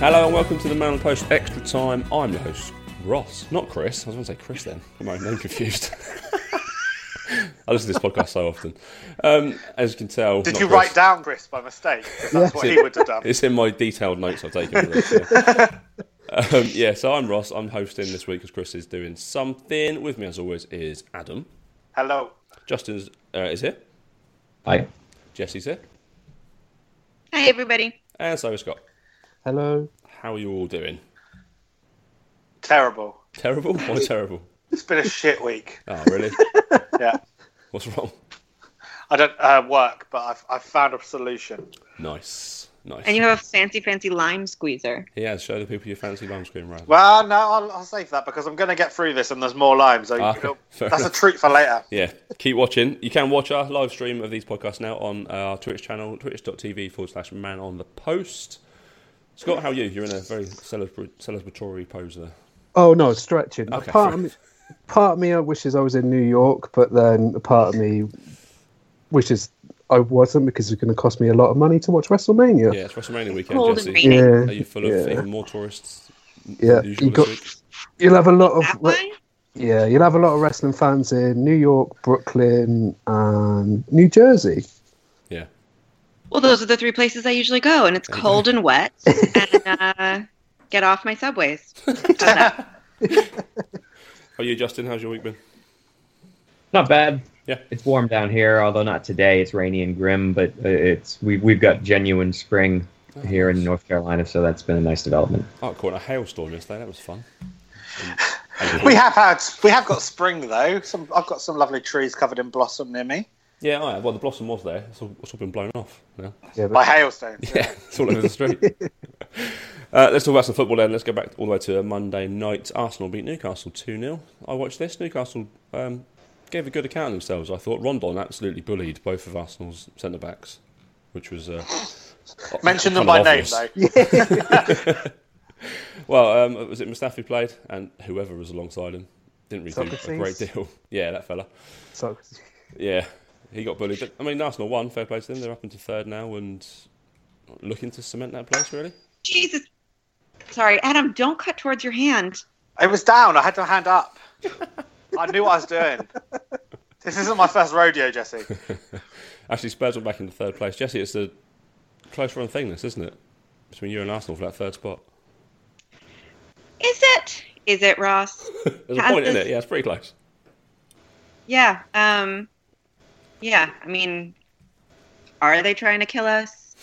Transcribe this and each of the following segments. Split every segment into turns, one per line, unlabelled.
Hello and welcome to the Man on the Post Extra Time. I'm your host, Ross, not Chris. I was going to say Chris then. I'm my own name confused. I listen to this podcast so often. Um, as you can tell,
Did
not
you
Chris.
write down Chris by mistake? 'Cause That's what he would have done.
It's in my detailed notes I've taken. For this, yeah. um, yeah, so I'm Ross. I'm hosting this week because Chris is doing something. With me, as always, is Adam.
Hello.
Justin uh, is here.
Hi.
Jesse's here.
Hey everybody.
And so is Scott.
Hello.
How are you all doing?
Terrible.
Terrible? Why terrible?
It's been a shit week.
Oh, really?
Yeah.
What's wrong?
I don't uh, work, but I've, I've found a solution.
Nice. Nice.
And you have a fancy, fancy lime squeezer.
Yeah, show the people your fancy lime screen rather.
Well, no, I'll, I'll save that because I'm going to get through this and there's more limes. So you
Ah,
know,
fair
that's a
enough.
treat for later.
Yeah, keep watching. You can watch our live stream of these podcasts now on uh, our Twitch channel, twitch.tv forward slash man on the post. Scott, how are you? You're in a very celebra- celebratory pose there.
Oh no, stretching.
Okay,
part, of
fair.
me, part of me I wishes I was in New York, but then a part of me wishes I wasn't because it's going to cost me a lot of money to watch WrestleMania.
Yeah, it's WrestleMania weekend,
Cold and
Jesse.
rainy.
Yeah,
Are you full of
yeah.
even more tourists
yeah.
than usual
You got,
this week?
you'll have a lot of
That one?
yeah, you'll have a lot of wrestling fans in New York, Brooklyn, and New Jersey.
Yeah.
Well, those are the three places I usually go, and it's cold and wet. and uh, get off my subways. How's that?
Are you, Justin? How's your week been?
Not bad.
Yeah.
It's warm down here, although not today. It's rainy and grim, but uh, it's we've we've got genuine spring here in North Carolina, so that's been a nice development.
Oh, I caught a hailstorm yesterday. That was fun.
We have had, we have got spring though. Some, I've got some lovely trees covered in blossom near me
Yeah, I Well, the blossom was there. It's all, it's all been blown off. Yeah.
Yeah,
by
but
hailstones.
Yeah, it's all over the street. uh, let's talk about some football then. Let's go back all the way to Monday night. Arsenal beat Newcastle 2 0. I watched this. Newcastle um, gave a good account of themselves, I thought. Rondon absolutely bullied both of Arsenal's centre backs, which was. Uh,
Mention them by
kind of
name
obvious.
though.
Well, um, was it Mustafi played and whoever was alongside him? Didn't really do a
Socrates?
great deal. yeah, that fella.
so,
Yeah, he got bullied. I mean, Arsenal won. Fair play to them. They're up into third now and looking to cement that place, really.
Jesus. Sorry, Adam, don't cut towards your hand.
It was down. I had to hand up. I knew what I was doing. This isn't my first rodeo, Jesse.
Actually, Spurs were back in the third place. Jesse, it's a close run thing, this, isn't it? Between you and Arsenal for that third spot.
Is it? Is it, Ross?
There's a
Has
point in
this-
it. Yeah, it's pretty close.
Yeah. Um, yeah. I mean, are they trying to kill us?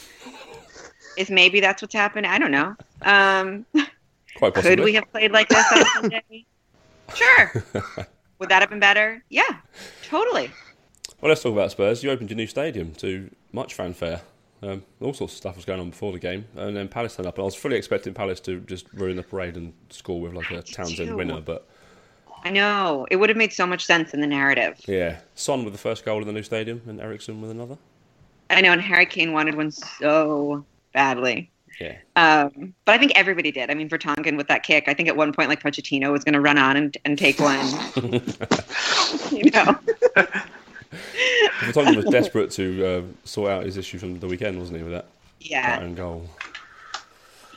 Is maybe that's what's happened? I don't know. Um,
Quite possibly.
Could we have played like this on Sunday? Sure. Would that have been better? Yeah, totally.
Well, let's talk about Spurs. You opened your new stadium to much fanfare. Um, all sorts of stuff was going on before the game, and then Palace turned up. And I was fully expecting Palace to just ruin the parade and score with like a Townsend
too.
winner, but
I know. It would have made so much sense in the narrative.
yeah, Son with the first goal in the new stadium, and Ericsson with another.
I know, and Harry Kane wanted one so badly.
Yeah,
Um, but I think everybody did. I mean, Vertonghen with that kick, I think at one point, like, Pochettino was going to run on and, and take one. you know?
Vertonghen was desperate to uh, sort out his issue from the weekend, wasn't he? With that, that
Yeah.
own goal.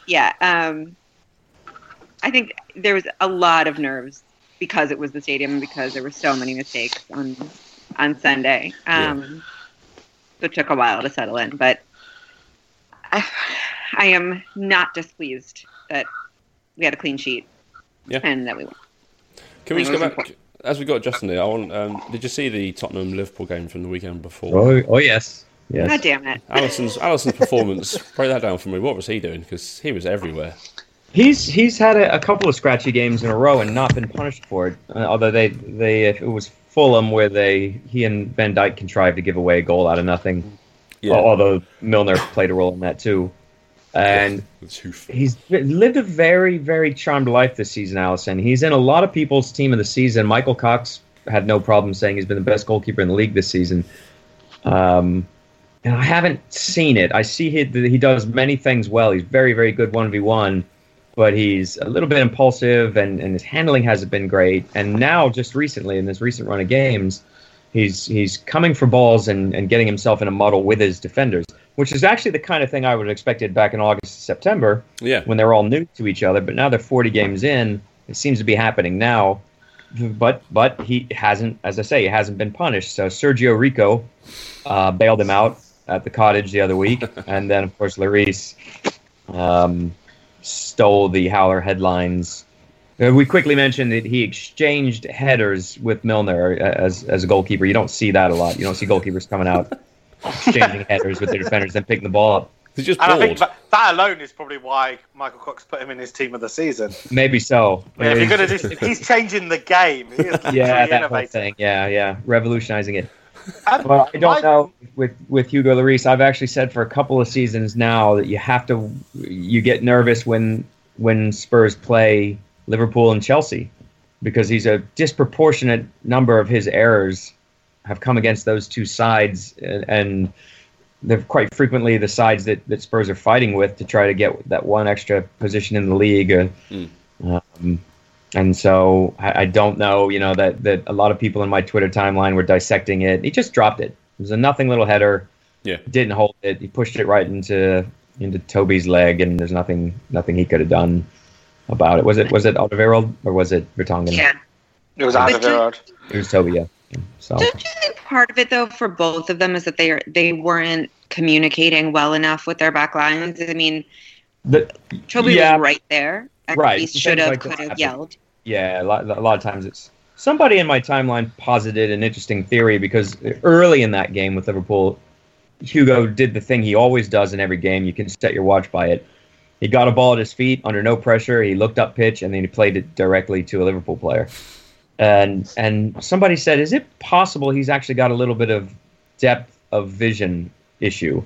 Yeah. Um, I think there was a lot of nerves because it was the stadium and because there were so many mistakes on on Sunday. Um, So it took a while to settle in, but I, I am not displeased that we had a clean sheet
Yeah.
and that we won.
Can we
I
just
think
go
it was
back? As we got Justin there, I want. Um, did you see the Tottenham Liverpool game from the weekend before?
Oh, oh yes. Yes.
God damn it.
Allison's Allison's performance. Break that down for me. What was he doing? Because he was everywhere.
He's he's had a, a couple of scratchy games in a row and not been punished for it. Uh, although they they if it was Fulham where they he and Van Dyke contrived to give away a goal out of nothing.
Yeah.
Although Milner played a role in that too, and
With hoof.
he's lived a very very charmed life this season. Allison. He's in a lot of people's team of the season. Michael Cox had no problem saying he's been the best goalkeeper in the league this season. Um, and I haven't seen it. I see he that he does many things well. He's very very good one v one, but he's a little bit impulsive and and his handling hasn't been great. And now just recently in this recent run of games, he's he's coming for balls and and getting himself in a muddle with his defenders, which is actually the kind of thing I would have expected back in August September
Yeah.
when they're all new to each other. But now they're 40 games in. It seems to be happening now. But but he hasn't, as I say, he hasn't been punished. So Sergio Rico uh, bailed him out at the cottage the other week, and then of course Larice um, stole the Howler headlines. Uh, We quickly mentioned that he exchanged headers with Milner uh, as as a goalkeeper. You don't see that a lot. You don't see goalkeepers coming out exchanging headers with their defenders and picking the ball up.
He's just
And I
bored.
think that, that alone is probably why Michael Cox put him in his team of the season.
Maybe so.
Yeah, if
Maybe-
you're gonna do, if he's changing the game, he is
yeah,
literally
that whole
innovating.
thing. Yeah, yeah, revolutionizing it.
Um,
Well, I
my-
don't know with with Hugo Lloris. I've actually said for a couple of seasons now that you have to you get nervous when when Spurs play Liverpool and Chelsea because he's a disproportionate number of his errors have come against those two sides and. and they're quite frequently the sides that, that Spurs are fighting with to try to get that one extra position in the league. Uh,
Mm.
um, and so I, I don't know, you know, that, that a lot of people in my Twitter timeline were dissecting it. He just dropped it. It was a nothing little header.
Yeah.
Didn't hold it. He pushed it right into into Toby's leg and there's nothing nothing he could have done about it. Was it was it Alderweireld or was it Vertonghen?
Yeah.
It was
But
out of
do-
order.
It was Toby, yeah. So
Don't you think part of it though for both of them is that they are they weren't communicating well enough with their back lines? I mean,
the,
Toby
Yeah.
was right there. And
Right.
He should
Things
have
like that
could have
happen.
yelled.
Yeah, a lot, a lot of times it's somebody in my timeline posited an interesting theory because early in that game with Liverpool, Hugo did the thing he always does in every game. You can set your watch by it. He got a ball at his feet under no pressure. He looked up pitch and then he played it directly to a Liverpool player. And and somebody said, is it possible he's actually got a little bit of depth of vision issue?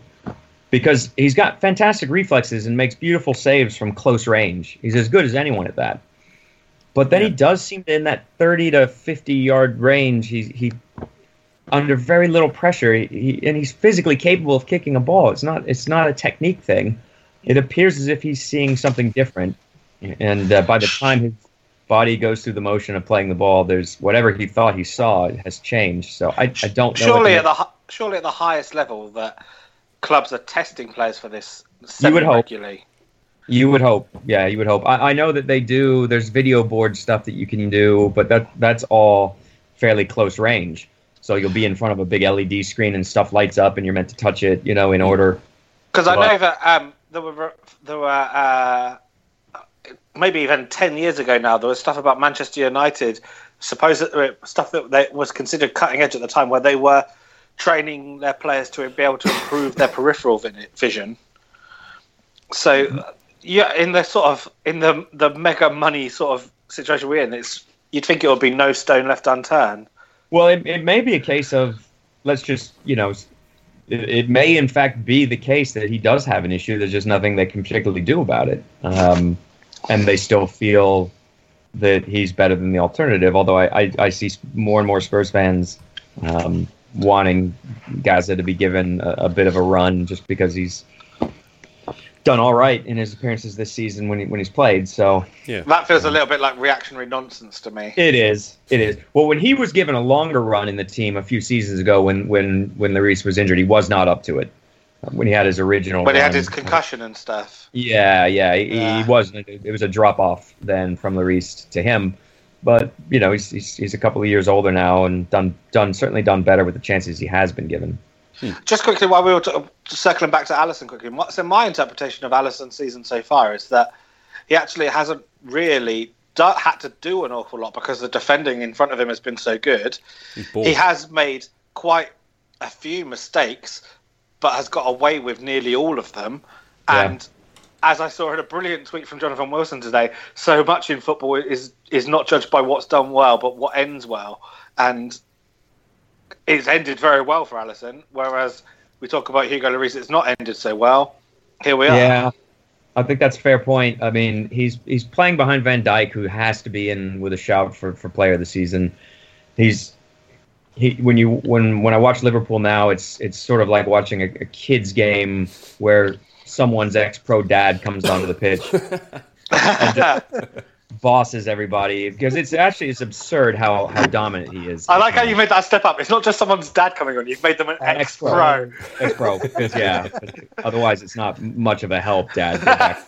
Because he's got fantastic reflexes and makes beautiful saves from close range. He's as good as anyone at that. But then he does seem to, in that 30 to 50 yard range, he, he under very little pressure, he, he, and he's physically capable of kicking a ball. It's not it's not a technique thing. It appears as if he's seeing something different, and uh, by the time his body goes through the motion of playing the ball, there's whatever he thought he saw has changed. So I, I don't know.
Surely at
whether-
the hi- surely at the highest level that clubs are testing players for this
You would hope.
semi-regularly.
You would hope, yeah, you would hope. I, I know that they do. There's video board stuff that you can do, but that that's all fairly close range. So you'll be in front of a big LED screen and stuff lights up, and you're meant to touch it, you know, in order.
Because I
Right.
know that um, there were there were uh, maybe even ten years ago now there was stuff about Manchester United, supposed uh, stuff that they, was considered cutting edge at the time, where they were training their players to be able to improve their peripheral vi- vision. So yeah, in the sort of in the the mega money sort of situation we're in, it's you'd think it would be no stone left unturned.
Well, it, it may be a case of let's just, you know, s- it, it may in fact be the case that he does have an issue. There's just nothing they can particularly do about it. Um, and they still feel that he's better than the alternative, although I, I, I see s- more and more Spurs fans um, wanting Gaza to be given a, a bit of a run just because he's done all right in his appearances this season when, he, when he's played. So
That feels a little bit like reactionary nonsense to me.
it is. It is. Well, when he was given a longer run in the team a few seasons ago, when when when Lloris was injured, he was not up to it. When he had his original,
But he had
run.
his concussion and stuff.
Yeah, yeah. He,
Yeah.
he wasn't. It was a drop off then from Lloris to him. But you know, he's, he's he's a couple of years older now and done done certainly done better with the chances he has been given.
Just quickly, while we were t- circling back to Allison quickly, my- so my interpretation of Allison's season so far is that he actually hasn't really do- had to do an awful lot because the defending in front of him has been so good.
He's bored.
He has made quite a few mistakes, but has got away with nearly all of them.
Yeah.
And as I saw in a brilliant tweet from Jonathan Wilson today, so much in football is is not judged by what's done well, but what ends well. And it's ended very well for Allison, whereas we talk about Hugo Lloris, it's not ended so well. Here we are.
Yeah, I think that's a fair point. I mean, he's he's playing behind Van Dyke, who has to be in with a shout for, for player of the season. He's he when you when when I watch Liverpool now, it's it's sort of like watching a, a kids game where someone's ex pro dad comes onto the pitch, bosses everybody because it's actually it's absurd how how dominant he is.
I like how you made that step up. It's not just someone's dad coming on; you've made them an ex
Ex-pro.
pro.
That's bro, 'cause, yeah. Otherwise, it's not much of a help, Dad.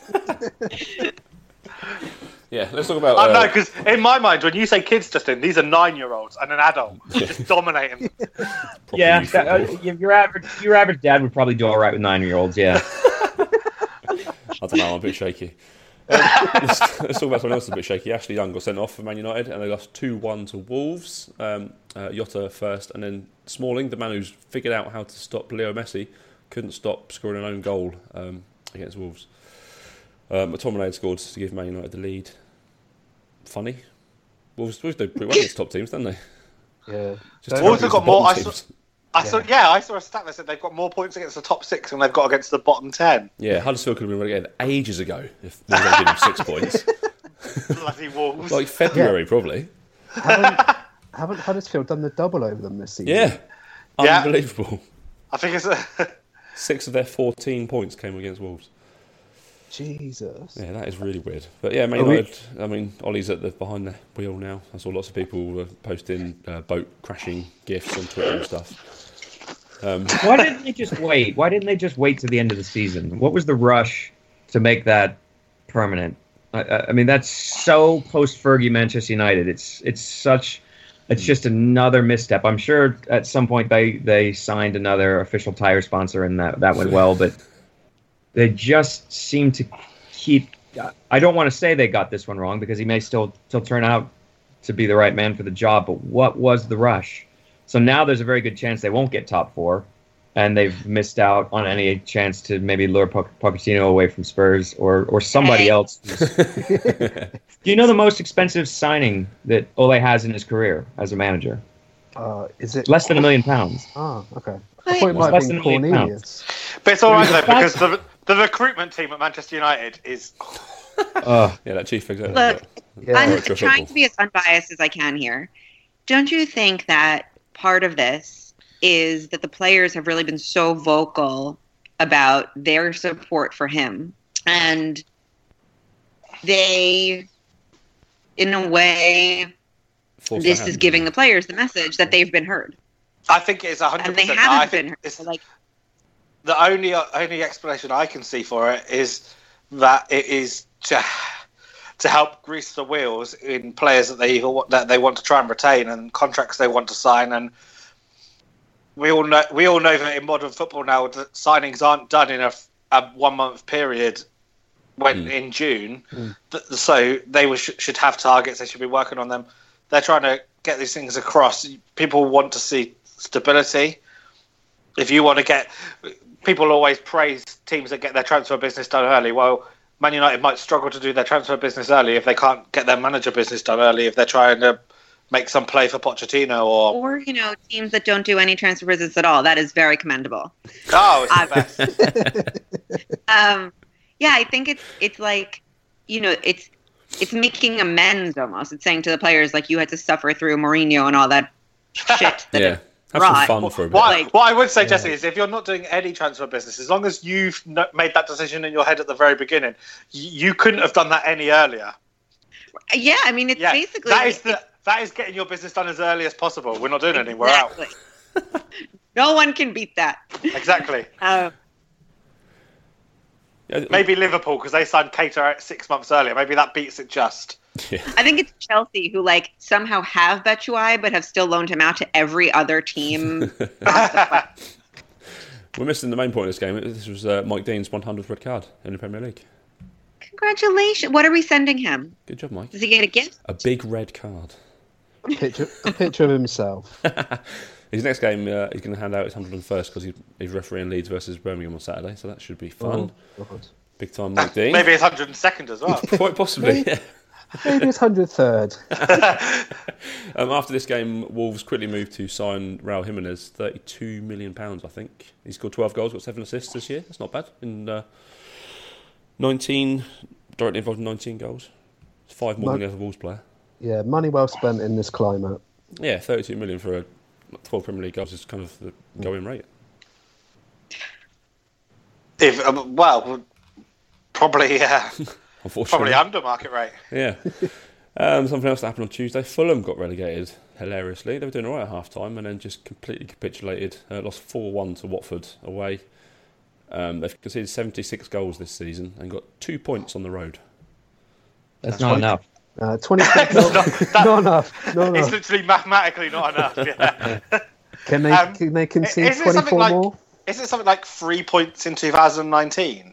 Yeah, let's talk about.
I know,
Uh,
because in my mind, when you say kids, Justin, these are nine-year-olds and an adult just dominating.
proper
yeah,
youth
that- uh,
football.
y- your average your average dad would probably do all right with nine year olds. Yeah,
I don't know. I'm a bit shaky. Um, let's, let's talk about something else that's a bit shaky. Ashley Young got sent off for Man United, and they lost two one to Wolves. Um, uh, Yotta first, and then Smalling, the man who's figured out how to stop Leo Messi, couldn't stop scoring an own goal um, against Wolves. Um, McTominay had scored to give Man United the lead. Funny. Wolves, Wolves do pretty well against top teams, don't they?
Yeah.
Just terrible
Wolves have
against
got
the
more-
bottom
I saw-
teams.
I saw, yeah, I saw a stat that said they've got more points against the top six than they've got against the bottom ten.
Yeah, Huddersfield could have been relegated ages ago if Wolves had given them six points.
Bloody Wolves!
Like February, probably.
Haven't, haven't Huddersfield done the double over them this season?
Yeah.
Yeah.
Unbelievable.
I think it's a,
Six of their 14 points came against Wolves.
Jesus.
Yeah, that is really weird. But yeah, Man
Are we-
United, I mean, Ollie's at the behind the wheel now. I saw lots of people were posting uh, boat crashing gifs on Twitter and stuff. Um,
why didn't they just wait? Why didn't they just wait to the end of the season? What was the rush to make that permanent? I- I, I mean, that's so post Fergie Manchester United. It's it's such. It's just another misstep. I'm sure at some point they they signed another official tire sponsor and that that went well, but they just seem to keep. I don't want to say they got this one wrong because he may still still turn out to be the right man for the job. But what was the rush? So now there's a very good chance they won't get top four, and they've missed out on any chance to maybe lure Poc- Pochettino away from Spurs or or somebody
Hey.
else. Do you know the most expensive signing that Ole has in his career as a manager?
Uh, is it?
Less than a million pounds.
Ah, okay. I
Wait.
thought it might
Less
have been
than a million
Cornelius.
but it's all right though because the the recruitment team at Manchester United is
Ugh.
yeah, that chief executive.
Look,
Yeah.
I'm
Virtual football.
trying to be as unbiased as I can here. Don't you think that part of this is that the players have really been so vocal about their support for him? And they, in a way,
forced
this
their
is
hand.
giving the players the message that they've been heard.
I think it's hundred
And they
percent. I
haven't
think
been heard.
it's-
Like,
the only only explanation I can see for it is that it is to to help grease the wheels in players that they that they want to try and retain and contracts they want to sign and we all know we all know that in modern football now that signings aren't done in a, a one month period when
Mm.
in June
Mm.
Th- so they were, should should have targets they should be working on them they're trying to get these things across people want to see stability if you want to get people always praise teams that get their transfer business done early. Well, Man United might struggle to do their transfer business early if they can't get their manager business done early if they're trying to make some play for Pochettino or
or, you know, teams that don't do any transfer business at all. That is very commendable.
oh, it's
I-
the best.
um, yeah, I think it's it's like you know it's it's making amends almost. It's saying to the players like you had to suffer through Mourinho and all that shit. That
Yeah. Have
Right.
some fun for a bit.
What,
Like-
what I would say, Jesse, is if you're not doing any transfer business, as long as you've no- made that decision in your head at the very beginning, y- you couldn't have done that any earlier.
Yeah, I mean it's
Yeah,
basically
that is the, that is getting your business done as early as possible. We're not doing it anywhere else.
exactly. no one can beat that.
Exactly.
Um,
Yeah,
Maybe Liverpool because they signed Cater six months earlier. Maybe that beats it just.
I think it's Chelsea who like somehow have Batshuayi but have still loaned him out to every other team.
We're missing the main point of this game. This was uh, Mike Dean's 100th red card in the Premier League.
Congratulations! What are we sending him?
Good job, Mike.
Does he get a gift?
A big red card.
Picture, a picture of himself.
His next game, uh, he's going to hand out his 101st because he's, he's refereeing Leeds versus Birmingham on Saturday, so that should be fun.
Oh, God.
Big time, Mike Dean.
Maybe it's 102nd as well.
Quite possibly. yeah.
Maybe it's hundred third.
Um, after this game, Wolves quickly moved to sign Raul Jimenez, thirty-two million pounds, I think. He scored twelve goals, got seven assists this year. That's not bad. In uh, nineteen, directly involved in nineteen goals, It's five more than the other Wolves player.
Yeah, money well spent in this climate.
Yeah, thirty-two million for a twelve Premier League goals is kind of the going rate.
if, um, well, probably uh,
Unfortunately,
probably under market rate.
Yeah. Um, something else that happened on Tuesday. Fulham got relegated hilariously. They were doing all right at half time and then just completely capitulated. Uh, lost 4 1 to Watford away. Um, they've conceded 76 goals this season and got two points on the road.
That's not enough.
Uh, Twenty six. not, not enough.
Oh.
Not
It's
enough.
literally mathematically not enough. Yeah.
Can they
um,
can they concede
is it
twenty
something
four
like
more?
is it something like three points in 2019?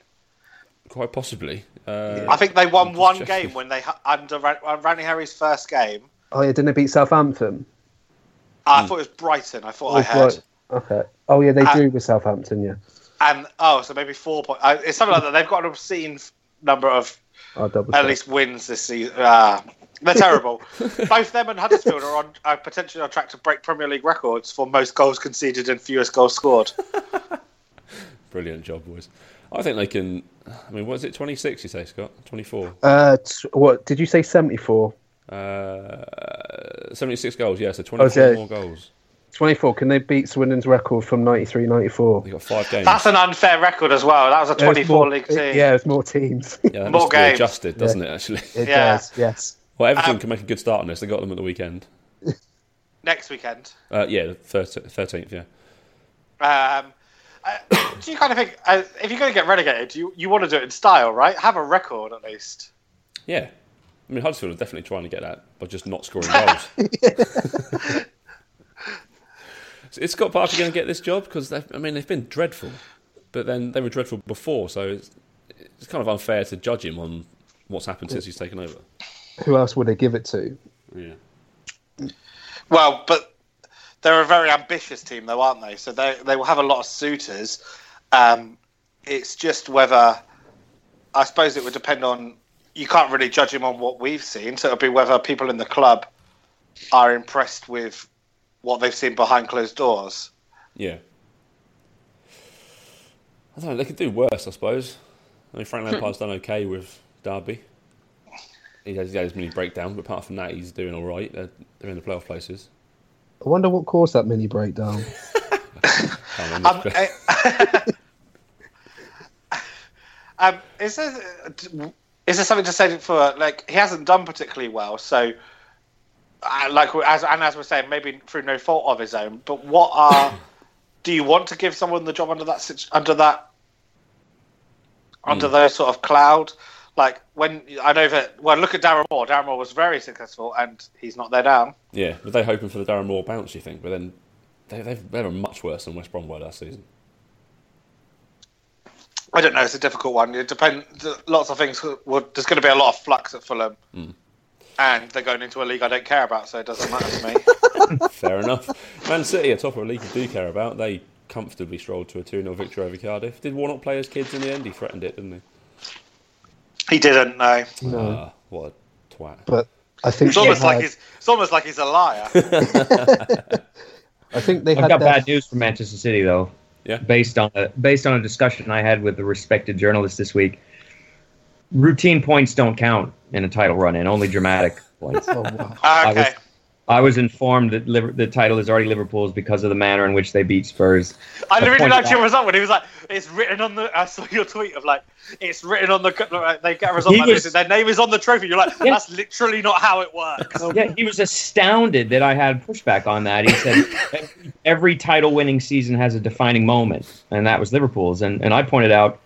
Quite possibly. Uh,
I think they won
just
one
checking.
game when they hu- under Ran- uh, Randy Harry's first game. Uh,
Oh, yeah, didn't it beat Southampton?
I thought it was Brighton. I thought I
Oh,
heard.
right. Okay. Oh yeah, they
Uh,
drew with Southampton. Yeah,
And oh, so maybe four points. Uh, it's something like that. They've got an obscene f- number of
I'll double
at
check.
least wins this season. Ah, they're terrible. Both them and Huddersfield are on are potentially on track to break Premier League records for most goals conceded and fewest goals scored.
Brilliant job, boys. I think they can. I mean, what is it, 26 you say, Scott? 24.
Uh, t- what did you say? Seventy four.
Uh, 76 goals, yeah, so 24
Okay.
more goals.
24. Can they beat Swindon's record from 93 94?
they got five games.
That's an unfair record as well. That was a
There's
24
more- Uh,
league team.
Yeah, it's more teams. It
yeah, that
more
must be
games.
adjusted, doesn't it, actually?
Yeah. Um,
does, yes.
Well, Everton can make a good start on this. They got them at the weekend.
Next weekend.
Uh, yeah, the 13th, 13th yeah.
Um, uh, do you kind of think uh, if you're going to get relegated, you you want to do it in style, right? Have a record at least.
Yeah. I mean, Huddersfield are definitely trying to get that by just not scoring goals. So is Scott Parker going to get this job? Because, I mean, they've been dreadful, but then they were dreadful before, so it's, it's kind of unfair to judge him on what's happened since he's taken over.
Who else would they give it to?
Yeah.
Well, but they're a very ambitious team, though, aren't they? So they they will have a lot of suitors. Um, it's just whether I suppose it would depend on. You can't really judge him on what we've seen, so it'll be whether people in the club are impressed with what they've seen behind closed doors.
Yeah. I don't know, they could do worse, I suppose. I mean, Frank Lampard's done okay with Derby. He has, he has his mini breakdown, but apart from that, he's doing all right. They're, they're in the playoff places.
I wonder what caused that mini breakdown.
Can't remember.
Um, eh, um, is there is there something to say for like he hasn't done particularly well? So, uh, like as and as we're saying, maybe through no fault of his own. But what are do you want to give someone the job under that sit- under that under those sort of cloud? Like when I know that well, look at Darren Moore. Darren Moore was very successful, and he's not there now.
Yeah, but they're hoping for the Darren Moore bounce, you think? But then they, they've, they were much worse than West Brom were last season.
I don't know. It's a difficult one. It depends. Lots of things. Well, there's going to be a lot of flux at Fulham, and they're going into a league I don't care about, so it doesn't matter to me.
Fair enough. Man City, a top of a league you do care about, they comfortably strolled to a 2 0 victory over Cardiff. Did Warnock play his kids in the end? He threatened it, didn't
he didn't know.
he? No. what a twat.
but I think
It's
they
almost
had,
like he's. It's almost like he's a liar.
I think they
I've
had
got
their-
bad news for Manchester City though.
Yeah.
Based on a based on a discussion I had with a respected journalist this week, routine points don't count in a title run in, only dramatic points.
Oh, wow.
Ah,
I was-
okay.
I was informed that Liver- the title is already Liverpool's because of the manner in which they beat Spurs.
I,
the
really
point
liked
that-
your result when he was like, "It's written on the." I saw your tweet of like, "It's written on the." like, They get a result
He
like
was-
this. Their name is on the trophy. You're like,
Yeah. Oh
"That's literally not how it works."
Yeah, he was astounded that I had pushback on that. He said every, every title winning season has a defining moment, and that was Liverpool's. And and I pointed out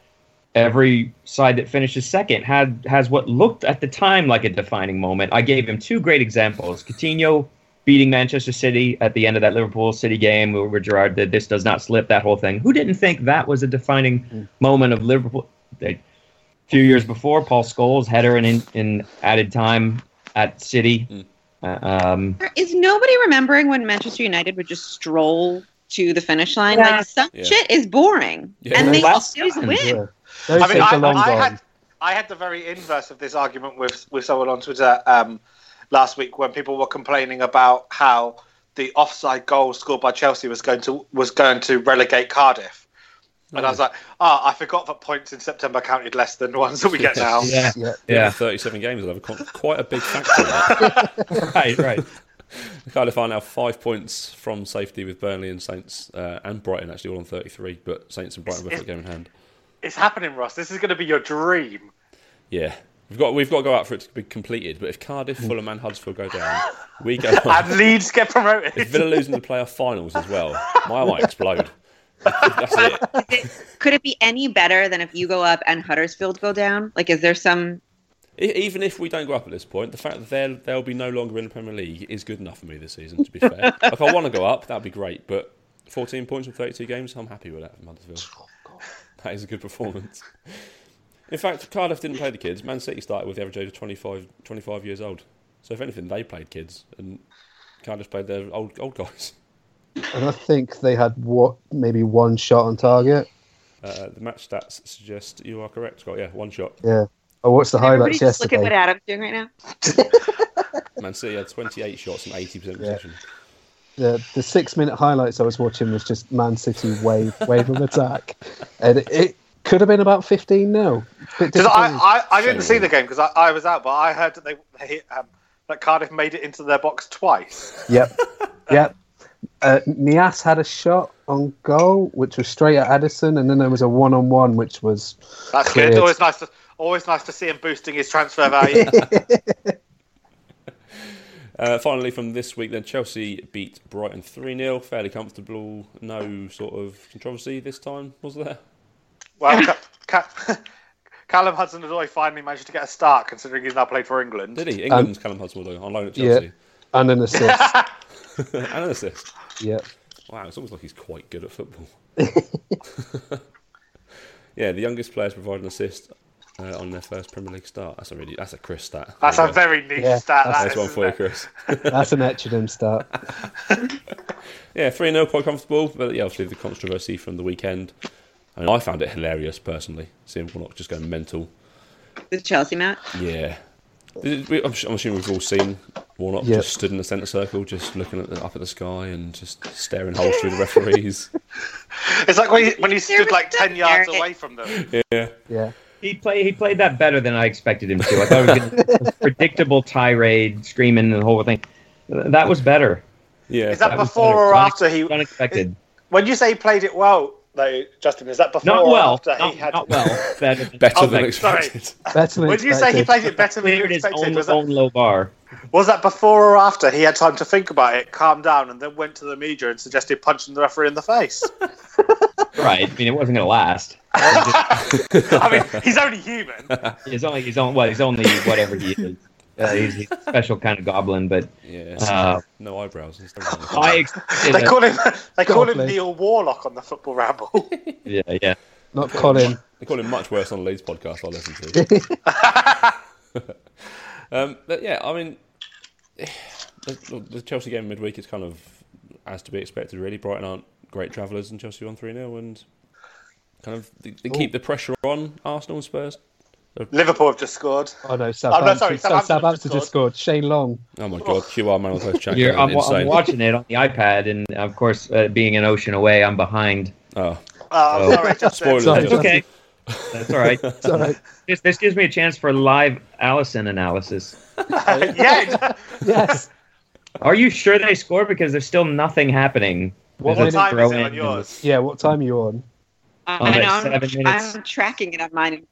every side that finishes second had has what looked at the time like a defining moment. I gave him two great examples: Coutinho beating Manchester City at the end of that Liverpool City game, where, where Gerard did "This does not slip." That whole thing. Who didn't think that was a defining moment of Liverpool? They,
Hmm.
a few years before, Paul Scholes header in, in added time at City. Uh, Um,
Is nobody remembering when Manchester United would just stroll to the finish line?
Yeah.
Like some
Yeah.
shit is boring,
Yeah.
and they
Last
always
season,
win.
Yeah. Those
I mean,
take
I,
a long
I
time.
had I had the very inverse of this argument with with someone on Twitter um, last week when people were complaining about how the offside goal scored by Chelsea was going to was going to relegate Cardiff. And I was like, ah, I forgot that points in September counted less than the ones that we get now.
yeah,
Yeah.
Yeah,
yeah,
37 games. I'll have a con- quite a big factor. in that.
right, right.
Cardiff are now five points from safety with Burnley and Saints uh, and Brighton actually all on 33, but Saints and Brighton both got a game in hand.
It's happening, Ross. This is going to be your dream.
Yeah, we've got we've got to go out for it to be completed. But if Cardiff, Fulham, and Huddersfield go down, we go on.
And Leeds get
If
promoted.
Villa lose in the playoff finals as well, my might explode. That's it.
Could it be any better than if you go up and Huddersfield go down? Like, is there some?
E- Even if we don't go up at this point, the fact that they'll they'll be no longer in the Premier League is good enough for me this season. To be fair, if I want to go up, that'd be great. But 14 points from 32 games, I'm happy with that from Huddersfield. That is a good performance. In fact, Cardiff didn't play the kids. Man City started with the average age of 25, 25 years old. So if anything, they played kids, and Cardiff played their old old guys.
And I think they had what maybe one shot on target.
Uh, the match stats suggest you are correct, Scott. Yeah, one shot.
Yeah. I watched the
Can everybody
highlights
just look at what
yesterday.
Adam's doing right now.
Man City had 28 shots and 80%
Yeah.
possession.
The, the six minute highlights I was watching was just Man City wave wave of attack, and it, it could have been about fifteen now.
Because I, I, I didn't
Shame.
see the game because I, I was out, but I heard that they, they um, that Cardiff made it into their box twice.
Yep. Yep. Uh, Nias had a shot on goal, which was straight at Addison, and then there was a one on one, which was.
That's
Cleared.
good. Always nice to always nice to see him boosting his transfer value.
Uh, finally, from this week, then Chelsea beat Brighton 3 0. Fairly comfortable. No sort of controversy this time, was there?
well, Ca- Ca- Callum Hudson-Odoi finally managed to get a start, considering he's now played for England.
Did he? England's Callum Hudson on loan at
Yeah.
Chelsea.
And an assist.
and an assist.
yeah.
Wow, it's almost like he's quite good at football. yeah, the youngest players provide an assist uh, on their first Premier League start. That's a really, that's a Chris stat.
That's
There
a
you go.
very niche
Yeah,
stat.
Nice
That
that's-
is,
one
isn't
for you,
it?
Chris.
That's an Etchedham start.
Yeah, 3 0, quite comfortable. But yeah, obviously the controversy from the weekend. I mean, I found it hilarious personally, seeing Warnock just going mental.
The Chelsea match.
Oh,
Yeah. Did- we- I'm su- I'm assuming we've all seen Warnock
Yeah.
just stood in the centre circle, just looking at the, up at the sky and just staring holes through the referees.
It's like when he, when he stood
was
like
nothing
ten yards
there.
away from them.
Yeah.
Yeah.
He played. He played that better than I expected him to. I thought it was gonna be a predictable tirade, screaming, and the whole thing. That was better.
Yeah.
Is that
That was
before
better.
or
Unex-
after he?
Unexpected.
When you say he played it well, though, Justin, is that before
Not
or
well.
after
Not,
he had?
not well. Better. than-
Better
Oh,
than
like, sorry.
expected.
Better than
When you say he
expected.
played it better than you
Cleared his
expected,
own,
was that,
own low bar.
was that before or after he had time to think about it, calm down, and then went to the media and suggested punching the referee in the face?
Right. I mean, it wasn't going to last.
I mean, he's only human.
He's only. He's on. Well, he's only whatever he is. Uh, he's, he's a special kind of goblin, but
Yeah.
uh,
no eyebrows. and stuff.
I expected.
They
a-
call him they call him
Lovely.
Neil Warlock on the football ramble.
yeah, yeah.
Not Colin.
They call him much worse on Leeds podcast I listen to. um, but yeah, I mean, the, the Chelsea game midweek is kind of as to be expected, really. Brighton aren't great travellers, and Chelsea won 3 0, and kind of they, they
Oh.
keep the pressure on Arsenal and Spurs.
Liverpool have just scored.
Oh no,
Oh,
Southampton.
no, sorry, Southampton
Southampton just
just
scored. Shane Long.
Oh my god, QR man on the post chat.
You're, I'm,
I'm,
wa- I'm
insane.
watching it on the iPad, and of course, uh, being an ocean away, I'm behind.
oh,
Oh,
Oh.
sorry, Justin.
spoilers.
Sorry,
That's okay. That's all right.
Sorry.
This, this gives me a chance for live Allison analysis.
yeah.
yes.
Are you sure they scored? Because there's still nothing happening.
What
There's a
time is it
throw-in
on yours?
Yeah. What time are you on?
I
right,
know,
seven
I'm,
minutes.
I'm tracking it on mine.
and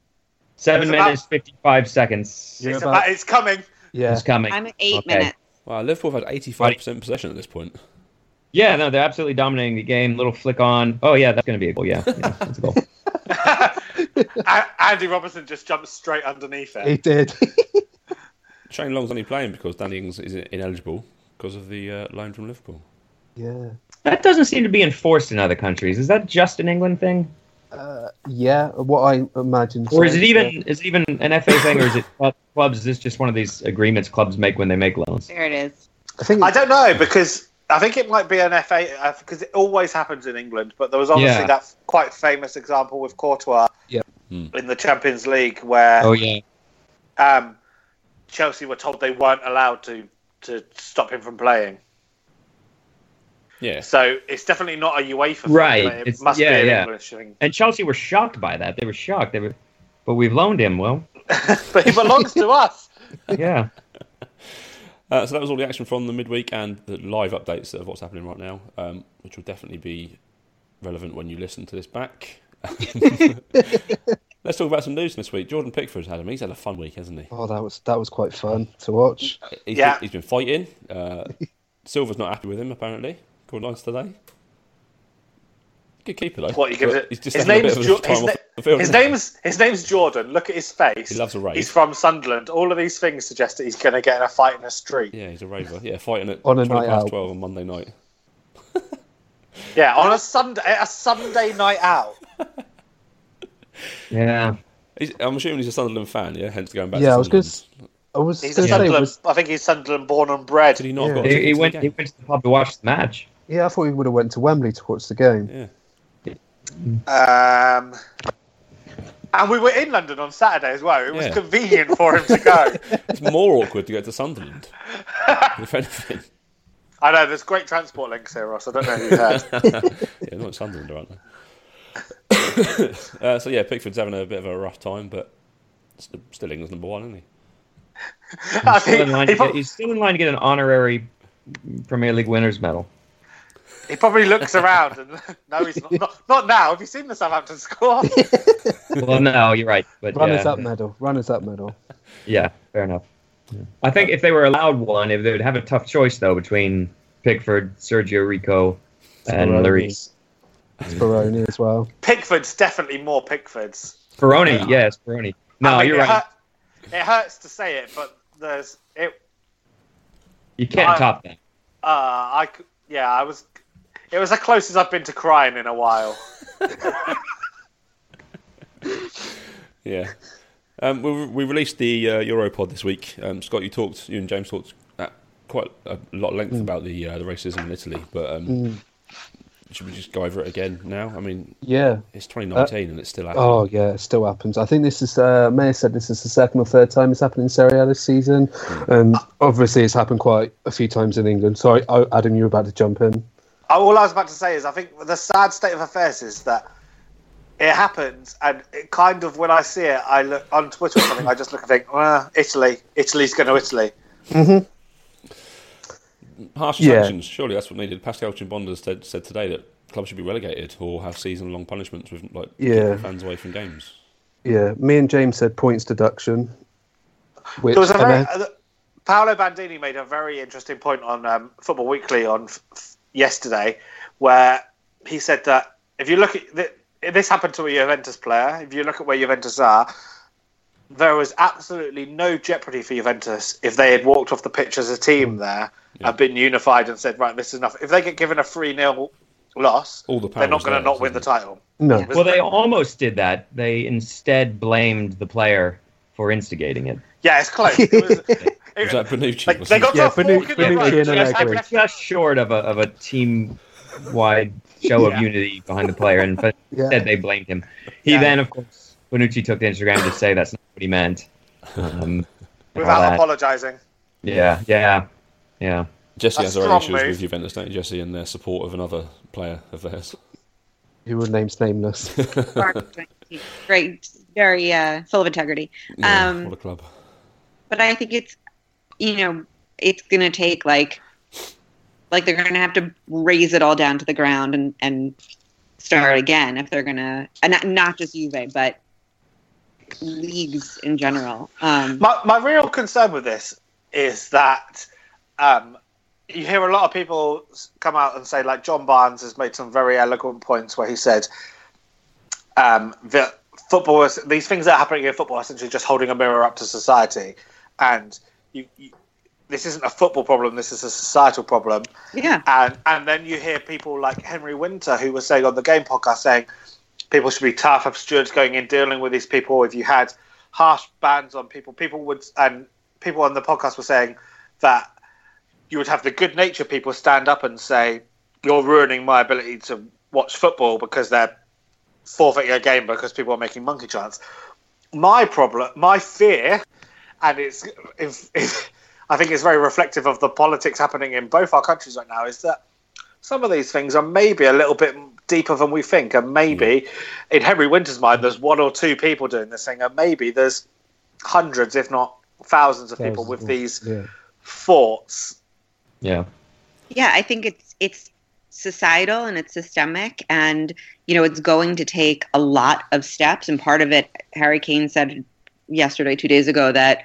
Seven
It's about-
minutes, 55 seconds
Yeah.
It's
It's, about, it's coming.
Yeah.
coming.
I'm at eight
Okay.
minutes.
wow, Liverpool have had 85% possession at this point.
Yeah, no, they're absolutely dominating the game. Little flick on. Oh, yeah, that's going to be a goal. Yeah, yeah that's a goal.
A- Andy Robertson just jumped straight underneath
He
it.
did.
Shane Long's only playing because Danny Ings is ineligible because of the uh, loan from Liverpool.
yeah.
That doesn't seem to be enforced in other countries. Is that just an England thing?
Uh, yeah, what I imagine.
Or is it even is it even an FA thing, or is it club- clubs? Is this just one of these agreements clubs make when they make loans?
There it is.
I think
I don't know because I think it might be an FA because it always happens in England. But there was obviously
Yeah.
that quite famous example with Courtois
Yep.
Hmm.
in the Champions League where
Oh yeah,
um, Chelsea were told they weren't allowed to to stop him from playing.
Yeah.
So it's definitely not a UEFA thing.
Right,
but It
it's-
must
yeah,
be an
yeah.
English thing.
and Chelsea were shocked by that. They were shocked. They were, but we've loaned him. Well,
but he belongs to us.
yeah.
Uh, so that was all the action from the midweek and the live updates of what's happening right now, um, which will definitely be relevant when you listen to this back. Let's talk about some news this week. Jordan Pickford's had him. He's had a fun week, hasn't he?
Oh, that was that was quite fun to watch.
He's
Yeah.
been, he's been fighting. Uh, Silver's not happy with him apparently. Called nice today. Good keeper though.
What you give
But
it?
He's just
His
having a
name's
bit of
jo-
his time
his,
off
na-
the field,
his
isn't he?
name's his name's Jordan. Look at his face.
He loves a rave.
He's from Sunderland. All of these things suggest that he's going to get in a fight in a street. Yeah,
Yeah, he's a raver. Yeah, fighting at
On a
20
night
past
out.
twelve on Monday night.
on a Sunday, a Sunday night out.
Yeah.
He's, I'm assuming he's a Sunderland fan. Yeah, hence going back.
Yeah,
to
I was gonna
Sunderland.
I was
He's
gonna
a
say,
Sunderland.
was,
I think he's Sunderland born and bred.
Did he not?
Yeah.
Got
He, he went.
Yeah.
He went to the pub to watch the match.
yeah, I thought we would have went to Wembley to watch the game.
Yeah.
Um, and we were in London on Saturday as well. It was
Yeah.
convenient for him to go.
It's more awkward to go to Sunderland. if anything.
I know there's great transport links here, Ross. I don't know who you heard.
yeah, not Sunderland, aren't they? uh, so yeah, Pickford's having a bit of a rough time, but st- still England's number one, isn't he?
I
Still in
think
line
he,
to get,
prob-
he's still in line to get an honorary Premier League winners medal.
he probably looks around and no, he's not, not. Not now. Have you seen the Southampton score?
Well, no, you're right. But
Runners
yeah.
up medal, runners up medal.
Yeah, fair enough. I think if they were allowed one, if they would have a tough choice though between Pickford, Sergio Rico, and
Ferroni.
Lloris.
Speroni as well.
Pickford's definitely more Pickford's.
Ferroni, yes, Ferroni. No,
I mean,
Oh, you're
it
right.
hurt- it hurts to say it, but there's it.
You can't
I-
top that.
Uh, I c- yeah, I was. It was the closest I've been to crying in a while.
Yeah. Um, we, we released the uh, Europod this week. Um, Scott, you talked, you and James talked at quite a lot of length about the uh, the racism in Italy, but um, should we just go over it again now? I mean,
Yeah.
it's 2019 and it's still happening.
Oh yeah, it still happens. I think this is uh, Mayor said this is the second or third time it's happened in Serie A this season, and obviously it's happened quite a few times in England. Sorry, oh, Adam, you were about to jump in.
Uh, All I was about to say is, I think the sad state of affairs is that it happens, and it kind of when I see it, I look on Twitter or something. I just look and think, ah, Italy, Italy's going to Italy.
Harsh
Yeah.
sanctions, surely that's what needed. Pascal Chimbonda said, said today that clubs should be relegated or have season long punishments with like
Yeah.
keeping fans away from games.
Yeah, me and James said points deduction. Which,
There was a
and
very,
then-
uh, Paolo Bandini made a very interesting point on um, Football Weekly on f- f- yesterday, where he said that if you look at the, this happened to a Juventus player, if you look at where Juventus are, there was absolutely no jeopardy for Juventus if they had walked off the pitch as a
Mm.
team there and been unified and said, right, this is enough. If they get given a 3 0 loss,
All the
they're not
power's
going to
theirs,
not win
isn't
the
it?
title.
no,
Well, they almost did that. They instead blamed the player for instigating it.
Yeah, it's close. It was,
Was that Bonucci?
like,
wasn't
they
it?
got
Yeah,
to a fork in
Bonucci-
the road.
Bonucci
and
Just had
Allegri.
left
Just short of a of a team wide show
Yeah.
of unity behind the player, and but
Yeah.
instead they blamed him. He
Yeah.
then, of course, Bonucci took to Instagram to say that's not what he meant. Um, and all
without
that.
apologising.
yeah, yeah, yeah.
Jesse
A
has her
strong
own issues
move.
with Juventus, don't you, Jesse, and their support of another player of theirs.
who were names nameless.
Great, very uh, full of integrity.
Yeah,
Um,
what a club.
but I think it's you know it's gonna take like like they're gonna have to raise it all down to the ground and and start again if they're gonna and not, not just Juve but leagues in general. Um,
My, my real concern with this is that um, you hear a lot of people s- come out and say, like, John Barnes has made some very eloquent points where he said um, that football, is, these things that are happening in football are essentially just holding a mirror up to society. And you, you, this isn't a football problem, this is a societal problem.
yeah,
And, and then you hear people like Henry Winter, who was saying on the game podcast, saying, people should be tough. Have stewards going in dealing with these people. If you had harsh bans on people, people would and people on the podcast were saying that you would have the good nature people stand up and say you're ruining my ability to watch football because they're forfeiting a game because people are making monkey chants. My problem, my fear, and it's if, if, I think it's very reflective of the politics happening in both our countries right now, is that some of these things are maybe a little bit deeper than we think, and maybe in Henry Winter's mind, there's one or two people doing this thing, and maybe there's hundreds, if not thousands, of people with these
Yeah.
thoughts.
Yeah.
Yeah, I think it's it's societal and it's systemic, and you know it's going to take a lot of steps. And part of it, Harry Kane said yesterday, two days ago, that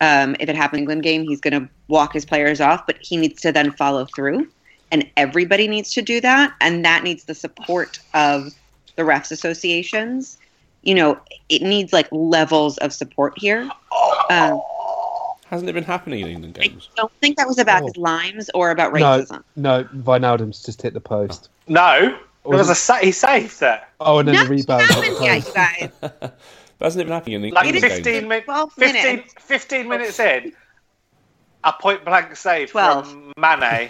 um, if it happens in England game, he's going to walk his players off, but he needs to then follow through, and everybody needs to do that, and that needs the support of the refs associations. You know, it needs like levels of support here.
Oh.
Um,
Hasn't it been happening in England
I
games?
don't think that was about
Oh.
his limes or about
No.
racism.
No, Vinaldum's just hit the post.
No, there was
Or-
a sa- he saved it.
Oh, and then the
Nothing
rebound. at the
happened yet, you
post.
guys.
but hasn't it been happening in the
Like
It is-
England games?
15, min-
12
15,
minutes.
15 minutes in, a point blank save from
Twelve.
Mane,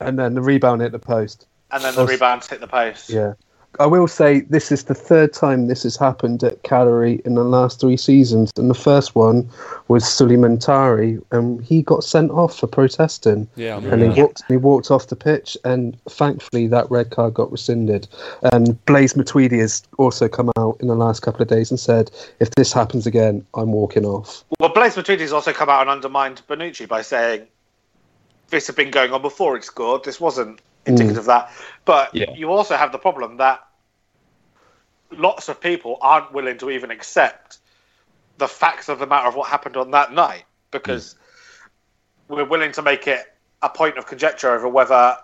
And then the rebound hit the post.
and then the
Awesome.
rebound hit the post.
Yeah. I will say this is the third time this has happened at Calgary in the last three seasons, and the first one was Suleiman Tari, and he got sent off for protesting.
Yeah, I
And
remember
he
that.
walked, he walked off the pitch, and thankfully that red card got rescinded. And Blaze Matuidi has also come out in the last couple of days and said, if this happens again, I'm walking off.
Well, Blaise Matuidi's also come out and undermined Bonucci by saying this had been going on before he scored. This wasn't indicative of that. But
Yeah.
you also have the problem that lots of people aren't willing to even accept the facts of the matter of what happened on that night because we're willing to make it a point of conjecture over whether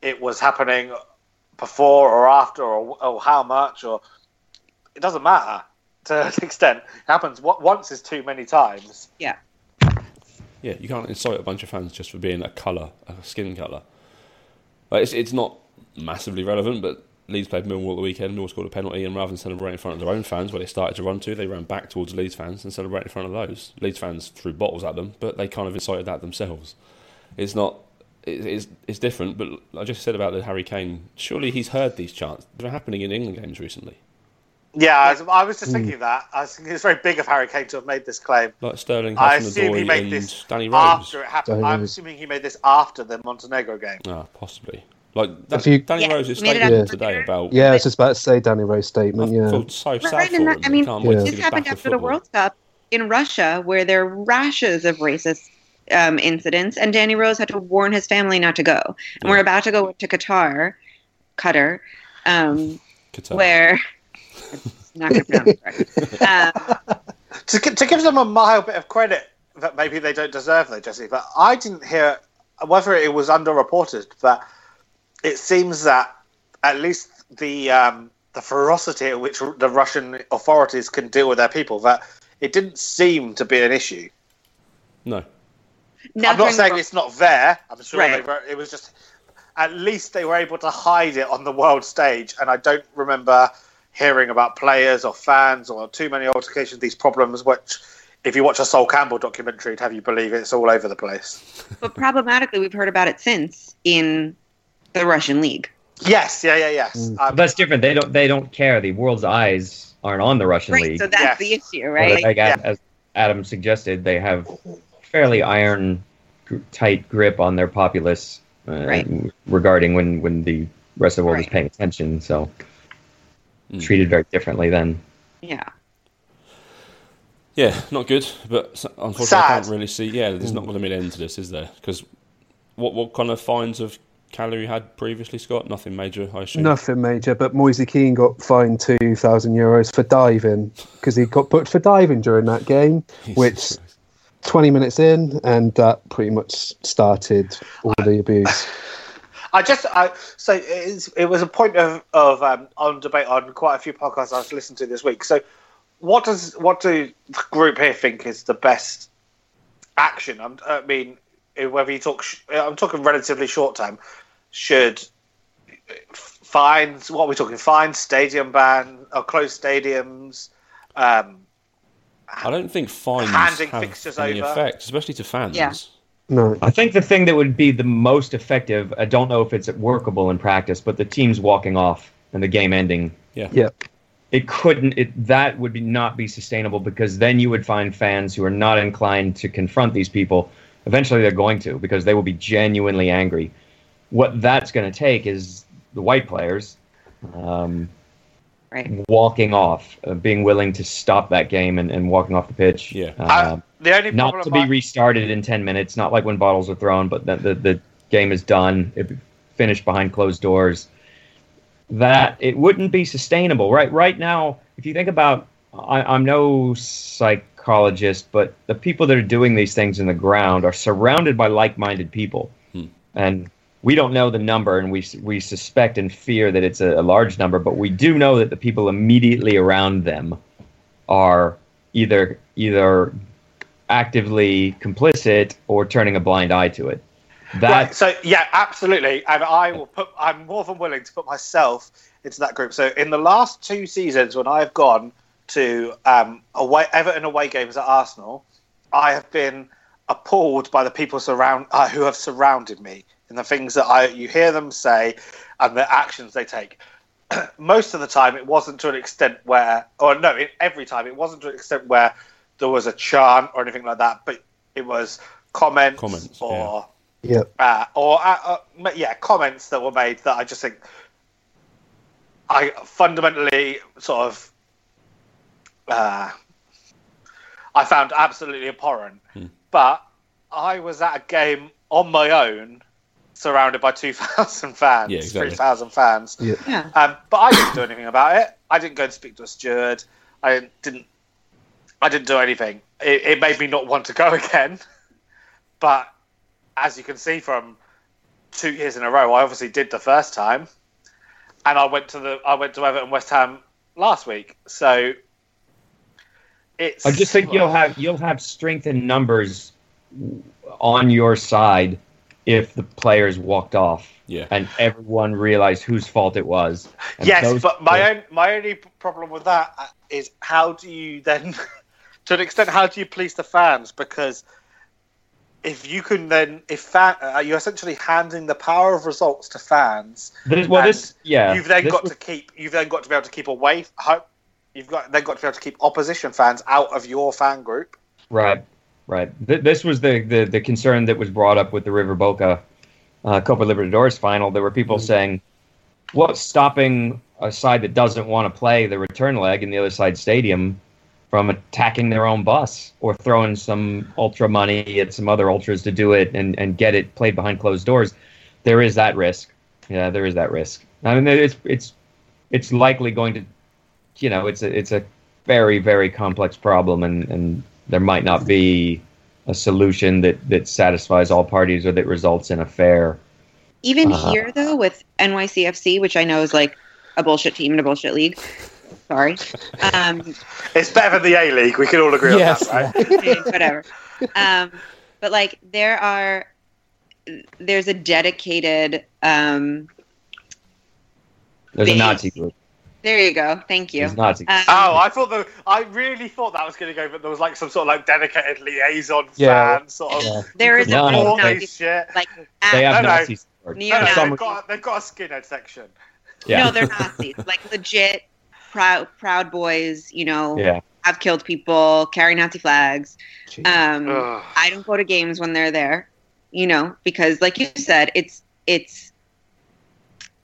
it was happening before or after or, or how much or it doesn't matter to an extent. It happens wa- once is too many times.
Yeah, you can't insult a bunch of fans just for being a colour, a skin colour. Like, it's, it's not massively relevant, but Leeds played Millwall at the weekend, Millwall scored a penalty, and rather than celebrating in front of their own fans where they started to run to, they ran back towards Leeds fans and celebrated in front of those. Leeds fans threw bottles at them, but they kind of incited that themselves. It's not. it- It's, it's different, but I just said about the Harry Kane. Surely he's heard these chants. They're happening in England games recently.
Yeah, I was, I was just thinking that. I was thinking it's very big of Harry Kane to have made this claim.
Like Sterling,
I
Hudson,
assume he
Odoi
made
and
this
Danny Rose.
After it happened,
Don't
I'm
know.
assuming he made this after the Montenegro game.
Ah, possibly. Like
If
that,
you-
Danny
Yeah,
Rose's
made it
statement
up
today
on
about
Yeah, I was just about to say Danny Ray's
I
statement. Yeah.
feel so sad
Right,
for
and
him.
that- I mean,
can't wait to
Yeah.
get
this
back
happened
to
after the
football.
World Cup in Russia, where there were rashes of racist um, incidents, and Danny Rose had to warn his family not to go. And we're
Yeah.
about to go to Qatar, Qatar, um,
Qatar.
where I'm not going to pronounce it right. Um,
To, gi- to give them a mild bit of credit that maybe they don't deserve, though, Jesse, but I didn't hear whether it was underreported, but it seems that at least the um, the ferocity at which the Russian authorities can deal with their people, that it didn't seem to be an issue.
No,
I'm not
nothing
saying
wrong-
it's not there. I'm sure
Right.
they were, it was just. At least they were able to hide it on the world stage, and I don't remember hearing about players or fans or too many altercations. These problems, which, if you watch a Sol Campbell documentary, it'd have you believe it's all over the place.
but problematically, we've heard about it since in the Russian league.
Yes, yeah, yeah, yes.
Mm.
Um,
But that's different. They don't. They don't care. The world's eyes aren't on the Russian
Right,
league.
so that's the
Yes.
issue, right?
Like Ad- as Adam suggested, they have fairly iron gr- tight grip on their populace uh,
Right.
regarding when when the rest of the world is
Right.
paying attention. So
Mm.
treated very differently then.
yeah.
yeah, not good. But s- unfortunately, I
Sad.
can't really see. Yeah, there's
Mm.
not going to be an end to this, is there? Because what what kind of fines have Calorie had previously, Scott? Nothing major, I assume.
Nothing major, but Moise Keane got fined two thousand euros for diving because he got booked for diving during that game.
Jesus
which-
Christ.
Twenty minutes in, and that pretty much started all the abuse.
I just I so it, is, it was a point of of um, on debate on quite a few podcasts I was listening to this week. So what does what do the group here think is the best action? I'm, I mean, eh, whether you talk, sh- eh, I'm talking relatively short term. Should f- fines. What are we talking? Fines, stadium ban, or closed stadiums. Um,
I don't think fines
Handing
have
fixtures
any
over.
effect, especially to fans.
Yeah.
No.
I think the thing that would be the most effective, I don't know if it's workable in practice, but the team's walking off and the game ending.
Yeah.
Yeah.
It couldn't it that would be not be sustainable because then you would find fans who are not inclined to confront these people. Eventually they're going to because they will be genuinely angry. What that's going to take is the white players um,
Right.
walking off, uh, being willing to stop that game and, and walking off the pitch.
Yeah.
Um,
the only
not
problem
to be
I-
restarted in 10 minutes not like when bottles are thrown but the, the, the game is done it be finished behind closed doors that it wouldn't be sustainable right right now if you think about I, i'm no psychologist but the people that are doing these things in the ground are surrounded by like-minded people
Hmm.
and we don't know the number and we, s- we suspect and fear that it's a, a large number but we do know that the people immediately around them are either either actively complicit or turning a blind eye to it. That
Right, so yeah, absolutely, and I will put. I'm more than willing to put myself into that group. So in the last two seasons, when I've gone to um, away Everton away games at Arsenal, I have been appalled by the people surround uh, who have surrounded me and the things that I you hear them say and the actions they take. Most of the time, it wasn't to an extent where, or no, it, every time it wasn't to an extent where there was a chant or anything like that, but it was comments,
Comments,
or
yeah.
Yeah.
uh, or uh, uh, ma- yeah, comments that were made that I just think I fundamentally sort of uh, I found absolutely abhorrent.
Hmm.
But I was at a game on my own, surrounded by two thousand fans,
Yeah, exactly.
three thousand fans.
Yeah.
Um, but I didn't do anything about it. I didn't go and speak to a steward. I didn't- didn't. I didn't do anything. It, it made me not want to go again. But as you can see from two years in a row, I obviously did the first time, and I went to the I went to Everton West Ham last week. So it's.
I just think you'll have you'll have strength in numbers on your side if the players walked off
Yeah.
and everyone realized whose fault it was. And
yes,
those-
but my own my only p- problem with that uh, is how do you then, to an extent, how do you please the fans? Because if you can then, if fan, uh, you're essentially handing the power of results to fans,
This, well, this yeah.
you've then
this
got
was-
to keep, you've then got to be able to keep away. ho- You've got then got to be able to keep opposition fans out of your fan group.
Right, right. Th- this was the, the the concern that was brought up with the River Boca uh, Copa Libertadores final. There were people saying, "What's stopping a side that doesn't want to play the return leg in the other side stadium from attacking their own bus or throwing some ultra money at some other ultras to do it and and get it played behind closed doors?" There is that risk. Yeah, there is that risk. I mean, it's it's it's likely going to, you know, it's a it's a very very complex problem and and there might not be a solution that that satisfies all parties or that results in a fair
Even
Uh-huh.
here, though, with NYCFC, which I know is like a bullshit team and a bullshit league. Sorry. Um,
It's better than the A League. We can all agree
Yes.
on that, right?
okay, whatever. Um, but like, there are there's a dedicated. Um,
there's a
Big.
nazi group
there you go. Thank you.
there's nazi
Um,
Oh, I thought the I really thought that was going to go, but there was like some sort of like dedicated liaison
Yeah.
fan sort of.
Yeah.
there is
No,
a
no,
all
whole
they-
Nazi
this shit.
they
act-
have
no, no.
nazi support.
uh, Neo-
No, no,
Yeah.
Some-
they've got they've got a skinhead section.
yeah
No, they're Nazis. like legit proud proud boys. You know,
yeah
have killed people, carry Nazi flags.
Jeez.
Um,
Ugh.
I don't go to games when they're there, you know, because like you said, it's it's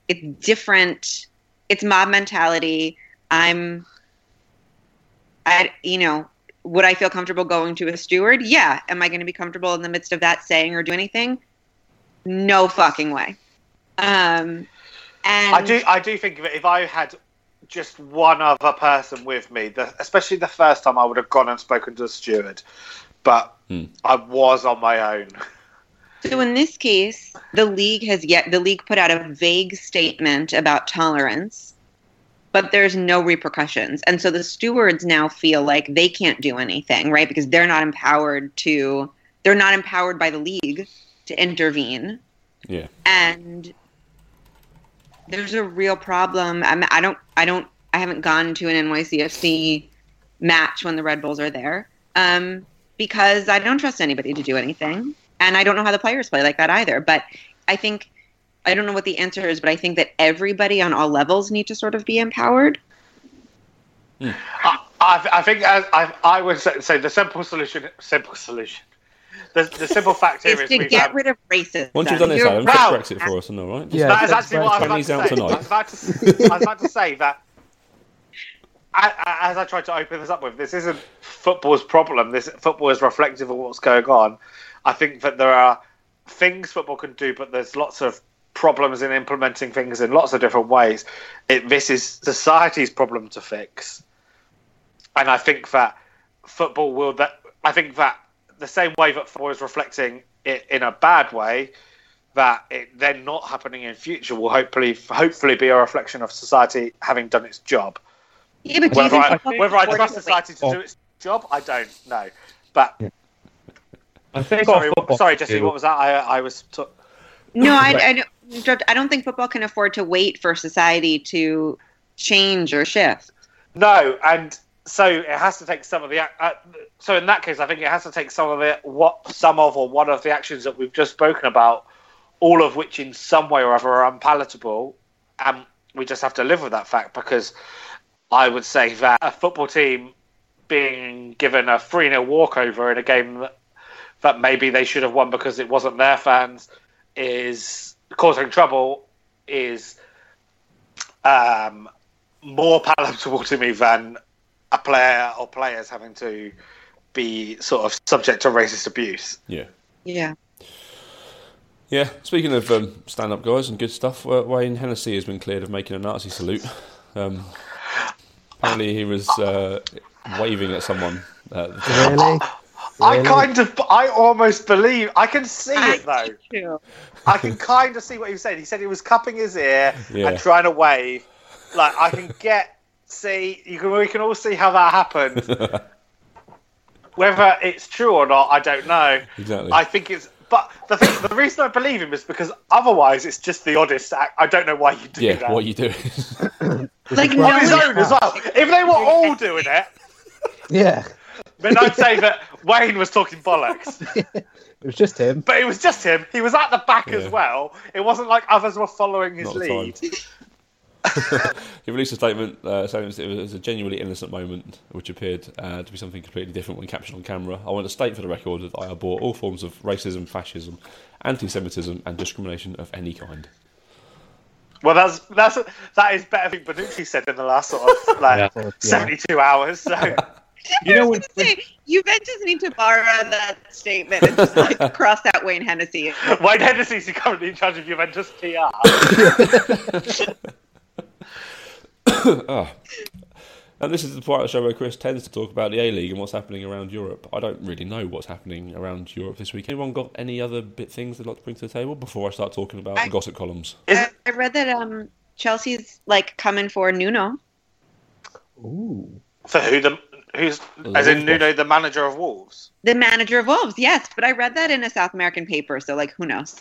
it's different. It's mob mentality. I'm, I you know, would I feel comfortable going to a steward? Yeah. Am I going to be comfortable in the midst of that saying or do anything? No fucking way. Um, and
I do I do think of it if I had just one other person with me, the, especially the first time I would have gone and spoken to a steward, but
Hmm.
I was on my own.
So in this case, the league has yet the league put out a vague statement about tolerance, but there's no repercussions. And so the stewards now feel like they can't do anything, right? Because they're not empowered to they're not empowered by the league to intervene.
Yeah.
And there's a real problem. I'm, I don't, I don't, I haven't gone to an NYCFC match when the Red Bulls are there um, because I don't trust anybody to do anything, and I don't know how the players play like that either. But I think I don't know what the answer is, but I think that everybody on all levels need to sort of be empowered.
Mm. I, I, I, think I, I, I would say, say the simple solution. Simple solution. The, the simple fact here
is,
is
to
we've
get
had-
rid of racism.
Once you've done this,
You're
Adam, fix
proud.
Brexit for us, and all right.
Yeah.
that is
that's
actually what I was
Tony's
about to
out
say. I was about to, s- I was about to say that. I- I- As I tried to open this up with, this isn't football's problem. This football is reflective of what's going on. I think that there are things football can do, but there's lots of problems in implementing things in lots of different ways. It, this is society's problem to fix, and I think that football will. That I think that the same way that football is reflecting it in a bad way, that it then not happening in future will hopefully hopefully be a reflection of society having done its job.
Yeah, but do you
Whether
think
I,
football-
whether I trust society to
Oh.
do its job, I don't know. But
I think all
sorry,
football
sorry, Jesse,
do-
what was that? I, I was t-
No, I,
Right.
I don't. interrupt. I don't think football can afford to wait for society to change or shift.
no, and so it has to take some of the. ac- Uh, so in that case, I think it has to take some of the what some of or one of the actions that we've just spoken about, all of which in some way or other are unpalatable, and we just have to live with that fact because I would say that a football team being given a 3 0 walkover in a game that, that maybe they should have won because it wasn't their fans is causing trouble is um, more palatable to me than a player or players having to be sort of subject to racist abuse.
Yeah.
Yeah.
Yeah. Speaking of um, stand-up guys and good stuff, uh, Wayne Hennessy has been cleared of making a Nazi salute. Um, apparently, he was uh, waving at someone. Uh,
Really?
I
Really?
kind of, I almost believe, I can see it
I
though.
do too.
I can kind of see what he was saying. He said he was cupping his ear
Yeah.
and trying to wave. Like I can get see you can we can all see how that happened. Whether it's true or not, I don't know.
exactly.
I think it's but the thing, the reason I believe him is because otherwise it's just the oddest act. I don't know why you do
yeah.
that.
What you doing?
Like no
on his
one
own as well. If they were all doing it,
Yeah,
then I'd say that Wayne was talking bollocks.
it was just him.
But it was just him. He was at the back
Yeah.
as well. It wasn't like others were following his
Not the
lead.
time. he released a statement uh, saying it was a genuinely innocent moment, which appeared uh, to be something completely different when captured on camera. I want to state for the record that I abhor all forms of racism, fascism, anti-Semitism, and discrimination of any kind.
Well, that's that's that is better than Bonucci said in the last sort of
Yeah.
like
Yeah.
seventy-two hours. So
You know
I was
when-
gonna say, you men just need to borrow that statement and just like cross out Wayne Hennessy.
Wayne Hennessy is currently in charge of Juventus PR.
And this is the part of the show where Chris tends to talk about the A League and what's happening around Europe. I don't really know what's happening around Europe this week. Anyone got any other bit things they'd like to bring to the table before I start talking about
I-
the gossip columns?
I, I read that um Chelsea's like coming for Nuno.
Ooh.
For who the who's
The
as
Wolves
in Nuno, the manager of Wolves.
The manager of Wolves, yes, but I read that in a South American paper, so like who knows?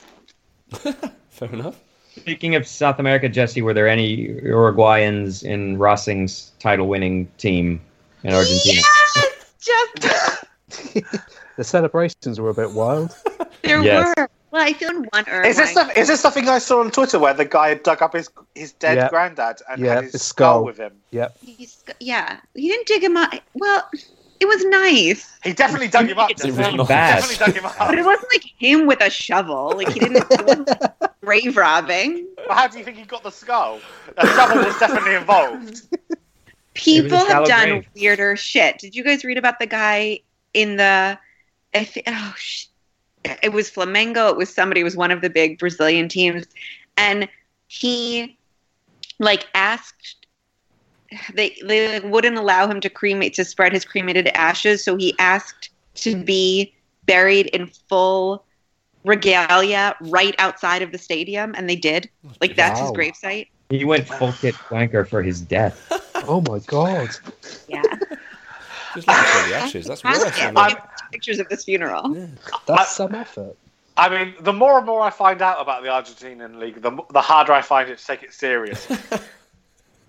Fair enough.
Speaking of South America, Jesse, were there any Uruguayans in Rossing's title-winning team in Argentina?
Yes, just
The celebrations were a bit wild.
there
Yes.
were. Well, I feel in one Uruguay.
Is this stuff? Is this something I saw on Twitter where the guy had dug up his his dead
Yeah.
granddad and
Yeah,
had his
his
skull.
skull.
with him?
Yep.
He's, yeah, he didn't dig him up. Well, it was nice,
He definitely dug him up.
It's
didn't
really
he?
nice.
Definitely dug him
but it
up.
wasn't like him with a shovel. Like he didn't it wasn't grave robbing.
But how do you think he got the skull? A shovel was definitely involved.
It was
People
a
have
shallow
done
grave.
weirder shit. Did you guys read about the guy in the? I thi- oh, sh- it was Flamengo. It was somebody. It was one of the big Brazilian teams, and he like asked. They they like, wouldn't allow him to cremate to spread his cremated ashes, so he asked to be buried in full regalia right outside of the stadium, and they did. Like that's his
Wow.
gravesite.
He went full kit wanker for his death.
Oh my god.
Yeah,
Just like the ashes. That's worse.
Ask him.
than-
Pictures of this funeral.
That's
I-
some effort.
I mean, the more and more I find out about the Argentinian league, the, the harder I find it to take it serious.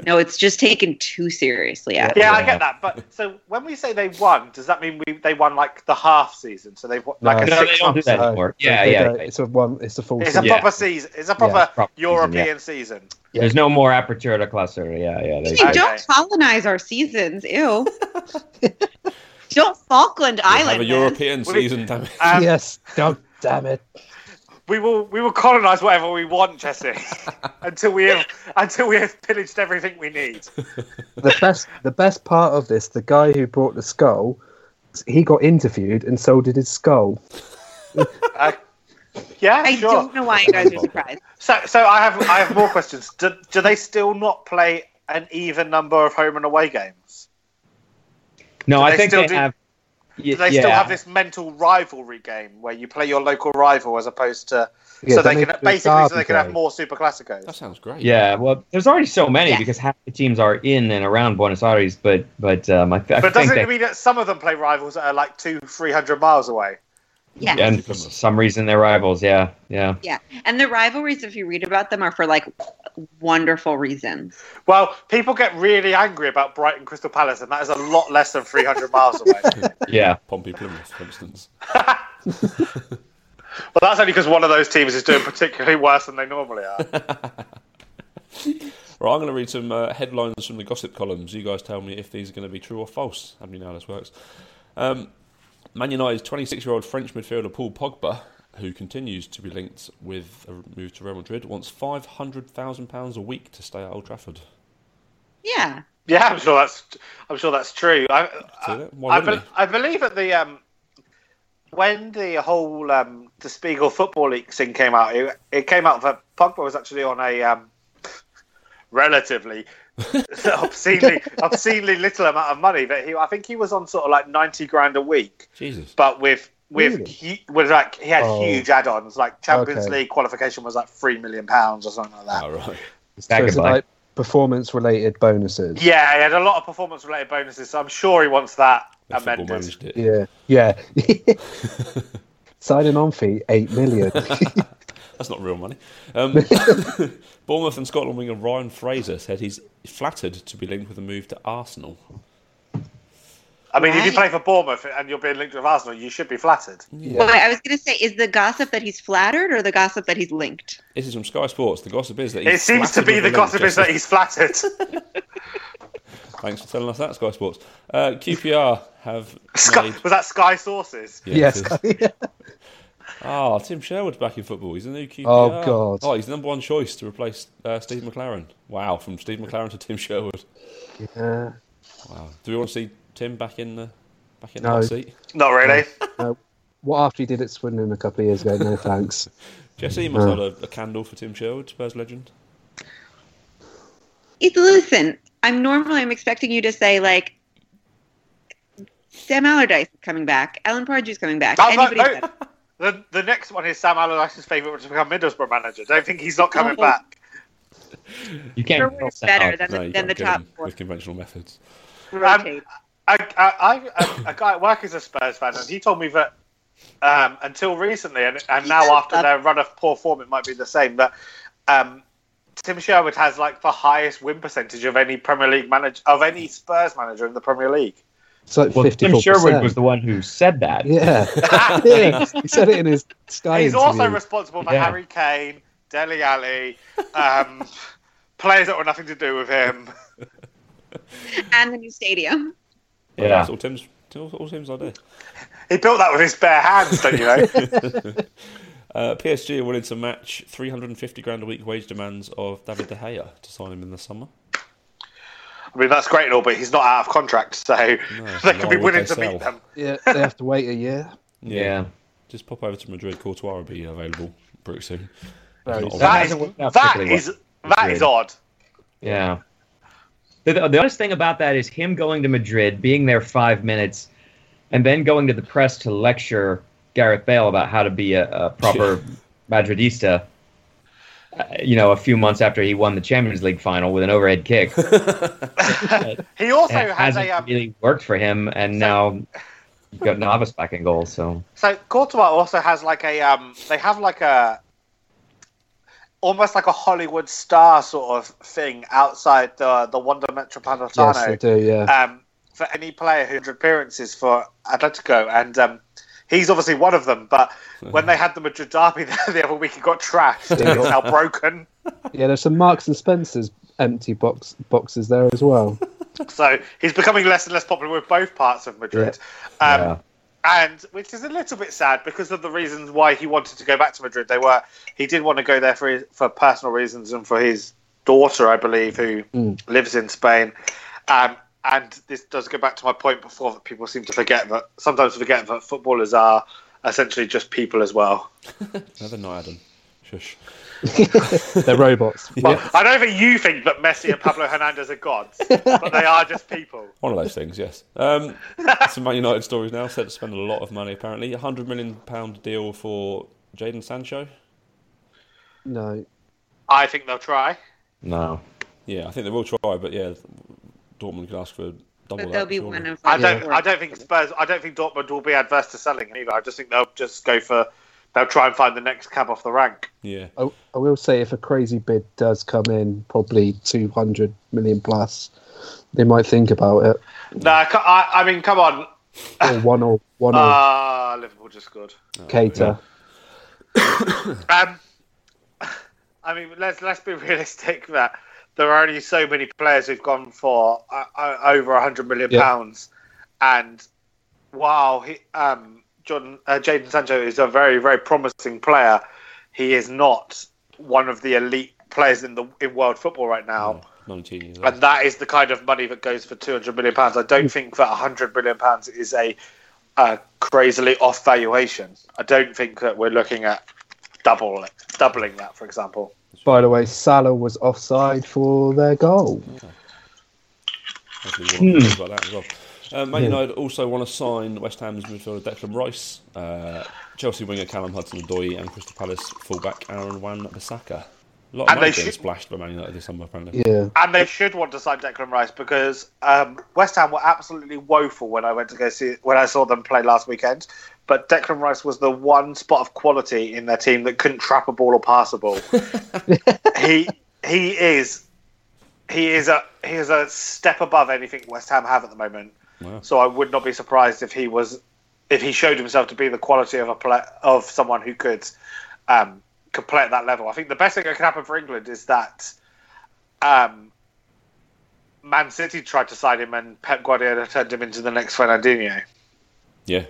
No, it's just taken too seriously. Yeah.
yeah, I get that. But so when we say they won, does that mean we they won like the half season? So they've won, like
No,
a
they
six
don't do
month
that.
season.
anymore.
they
Yeah,
did
yeah.
a- it's a one. It's a full.
It's a
season.
Yeah.
proper season. It's a proper
proper season,
European season.
Yeah.
There's no more apertura de clausura. Yeah, yeah.
Hey,
They,
Okay.
Don't colonize our seasons. Ew. don't Falkland
We'll
Island.
have a
man.
European
Wait.
season, damn it.
Um,
yes. God damn it.
We will we will colonize whatever we want, Jesse, until we have until we have pillaged everything we need.
The best. The best part of this, the guy who brought the skull, he got interviewed, and so did his skull.
Uh, yeah,
I
sure.
don't know why you guys are surprised.
So so I have I have more questions. Do, do they still not play an even number of home and away games?
no,
Do
I
they
think
still
they
do-
have.
Do they still have this mental rivalry game where you play your local rival as opposed to
Yeah,
so they
then
can
do a
basically so
derby
they can have
game.
more super classicos?
That sounds great.
Yeah, well, there's already so many
Yeah.
because half the teams are in and around Buenos Aires, but but um, I, th- I
But
think
doesn't
they,
it mean that some of them play rivals that are like two, three hundred miles away?
Yeah.
and for some reason they're rivals. Yeah, yeah.
And the rivalries, if you read about them, are for like wonderful reasons.
Well, people get really angry about Brighton Crystal Palace, and that is a lot less than 300 miles away. Well,
Yeah,
Pompey Plymouth, for instance.
that's only because one of those teams is doing particularly worse than they normally are.
Right, I'm going to read some uh, headlines from the gossip columns. You guys tell me if these are going to be true or false. I mean, how this works. Um, Man United's 26 year old French midfielder Paul Pogba, who continues to be linked with a move to Real Madrid, wants £500,000 a week to stay at Old Trafford.
Yeah.
Yeah, I'm sure that's I'm sure that's true. I,
See
I,
that? Why
I
wouldn't
be- I believe that the um, when the whole um, the Spiegel football league thing came out, it, it came out that Pogba was actually on a um, relatively obscenely obscenely little amount of money. But he, I think he was on sort of like ninety grand a week,
Jesus.
but with with
Really?
he, with like he had
Oh.
huge add-ons like Champions
Okay.
League qualification was like three million pounds or something like that.
Oh, right.
Back
So it's
and bite.
like performance-related bonuses.
Yeah, he had a lot of performance related bonuses, so I'm sure he wants that
The football
amended.
managed it.
Yeah. Yeah. Signing on fee eight million.
That's not real money. Um, Bournemouth and Scotland winger Ryan Fraser said he's flattered to be linked with a move to Arsenal.
I mean, if you play
Right.
for Bournemouth and you're being linked with Arsenal, you should be flattered.
Well, I was going to say, is the gossip that he's flattered or the gossip that he's linked?
This is from Sky Sports. The gossip is that he's
It seems to
flattered
be
with
the
link,
gossip is
Jesse.
that he's flattered.
Thanks for telling us that, Sky Sports. Uh, QPR have
Sky,
made.
was that Sky Sources?
Yeah,
yes.
it is. Ah, Tim Sherwood's back in football. He's the new QPR.
Oh, God.
Oh, he's the number one choice to replace uh, Steve McLaren. Wow, from Steve McLaren to Tim Sherwood.
Yeah.
Wow. Do we want to see Tim back in the back in
No.
the hot seat?
Not really.
What after he did at Swindon a couple of years ago? No thanks.
Jesse must
No.
have a, a candle for Tim Sherwood, Spurs legend.
It's listen. I'm normally I'm expecting you to say like. Sam Allardyce is coming back. Alan Pardew's coming back.
No, no,
Anybody's
no.
better.
The, the next one is Sam Allardyce's favourite to become Middlesbrough manager. Don't think he's not coming
Oh.
back.
You can't.
Sherwood's better than
No,
the,
you
than
can't
the
get
top
him
four.
with conventional methods.
Rotate.
I, I, I, a, a guy at work is a Spurs fan, and he told me that um, until recently, and, and now
Yeah.
after their run of poor form, it might be the same. But um, Tim Sherwood has like the highest win percentage of any Premier League manager of any Spurs manager in the Premier League.
It's like
Well,
fifty
Tim
four
Sherwood was the one who said that.
Yeah. yeah. He said it in his Sky
He's
interview.
also responsible for
Yeah.
Harry Kane, Deli Alley, um, players that were nothing to do with him.
and the new stadium.
Well,
Yeah.
That's all Tim's. All, all Tim's idea.
He built that with his bare hands, don't you know?
Uh, PSG are willing to match 350 grand a week wage demands of David De Gea to sign him in the summer.
I mean, that's great and all, but he's not out of contract, so they
why
could be
would
willing
they
to
sell?
meet them.
Yeah, they have to wait a year.
Yeah.
Just pop over to Madrid. Courtois will be available pretty soon.
Very
He's not
soon.
on-
That is
hasn't worked out
that
particularly
is that is odd.
Yeah. The, the honest thing about that is him going to Madrid, being there five minutes, and then going to the press to lecture Gareth Bale about how to be a, a proper Madridista. uh, You know, a few months after he won the Champions League final with an overhead kick,
He also
it
has
hasn't
a um,
really worked for him, and now you got Navas back in goal, so
So Courtois also has like a um, they have like a almost like a Hollywood star sort of thing outside the the Wanda Metropolitano.
Yes, they do. Yeah.
um, for any player who had appearances for Atletico, and um, he's obviously one of them. But when they had the Madrid derby the, the other week, he got trashed. and It's now broken,
Yeah, there's some Marks and Spencers empty box boxes there as well.
so he's becoming less and less popular with both parts of Madrid. Um,
yeah.
and which is a little bit sad because of the reasons why he wanted to go back to Madrid. They were he did want to go there for his, for personal reasons and for his daughter, I believe, who
Hmm.
Mm.
lives in Spain. Um, and this does go back to my point before that people seem to forget that sometimes forget that footballers are essentially just people as well.
Never not Adam. Shush.
They're robots.
Well, I don't think you think that Messi and Pablo Hernandez are gods, but they are just people.
One of those things, yes. Um, some Man United stories now. Said to spend a lot of money, apparently. A £100 million deal for Jaden Sancho.
No.
I think they'll try.
no.
Yeah, I think they will try, but yeah, Dortmund could ask for double
But
that.
they'll be
surely.
one of.
I
like,
don't.
four.
I don't think Spurs. I don't think Dortmund will be adverse to selling him either. I just think they'll just go for. They'll try and find the next cab off the rank.
Yeah.
I, I will say if a crazy bid does come in, probably 200 million plus, they might think about it.
No, I, ca- I, I mean, come on.
Or one or one or
Ah, Liverpool just scored.
cater.
Um, I mean, let's let's be realistic that there are only so many players who've gone for uh, uh, over hundred million
Yeah.
pounds, and while he, um, John uh, Jaden Sancho is a very very promising player, he is not one of the elite players in the in world football right now.
Yeah, 19 years
and
old.
that is the kind of money that goes for 200 million pounds i don't think that 100 million pounds is a, a crazily off valuation i don't think that we're looking at double doubling that for example
By the way, Salah was offside for their goal.
Hopefully we'll talk about that as well. Uh, Man United also want to sign West Ham's midfielder Declan Rice, uh, Chelsea winger Callum Hudson-Odoi, and Crystal Palace fullback Aaron Wan-Bissaka. A lot of money
And they
being
should-
splashed by Man United this summer, apparently.
Yeah.
and they should want to sign Declan Rice because um, West Ham were absolutely woeful when I went to go see when I saw them play last weekend. But Declan Rice was the one spot of quality in their team that couldn't trap a ball or pass a ball. he he is he is a he is a step above anything West Ham have at the moment.
Wow.
So I would not be surprised if he was if he showed himself to be the quality of a play, of someone who could um, could play at that level. I think the best thing that can happen for England is that um, Man City tried to sign him and Pep Guardiola turned him into the next Fernandinho.
Yeah.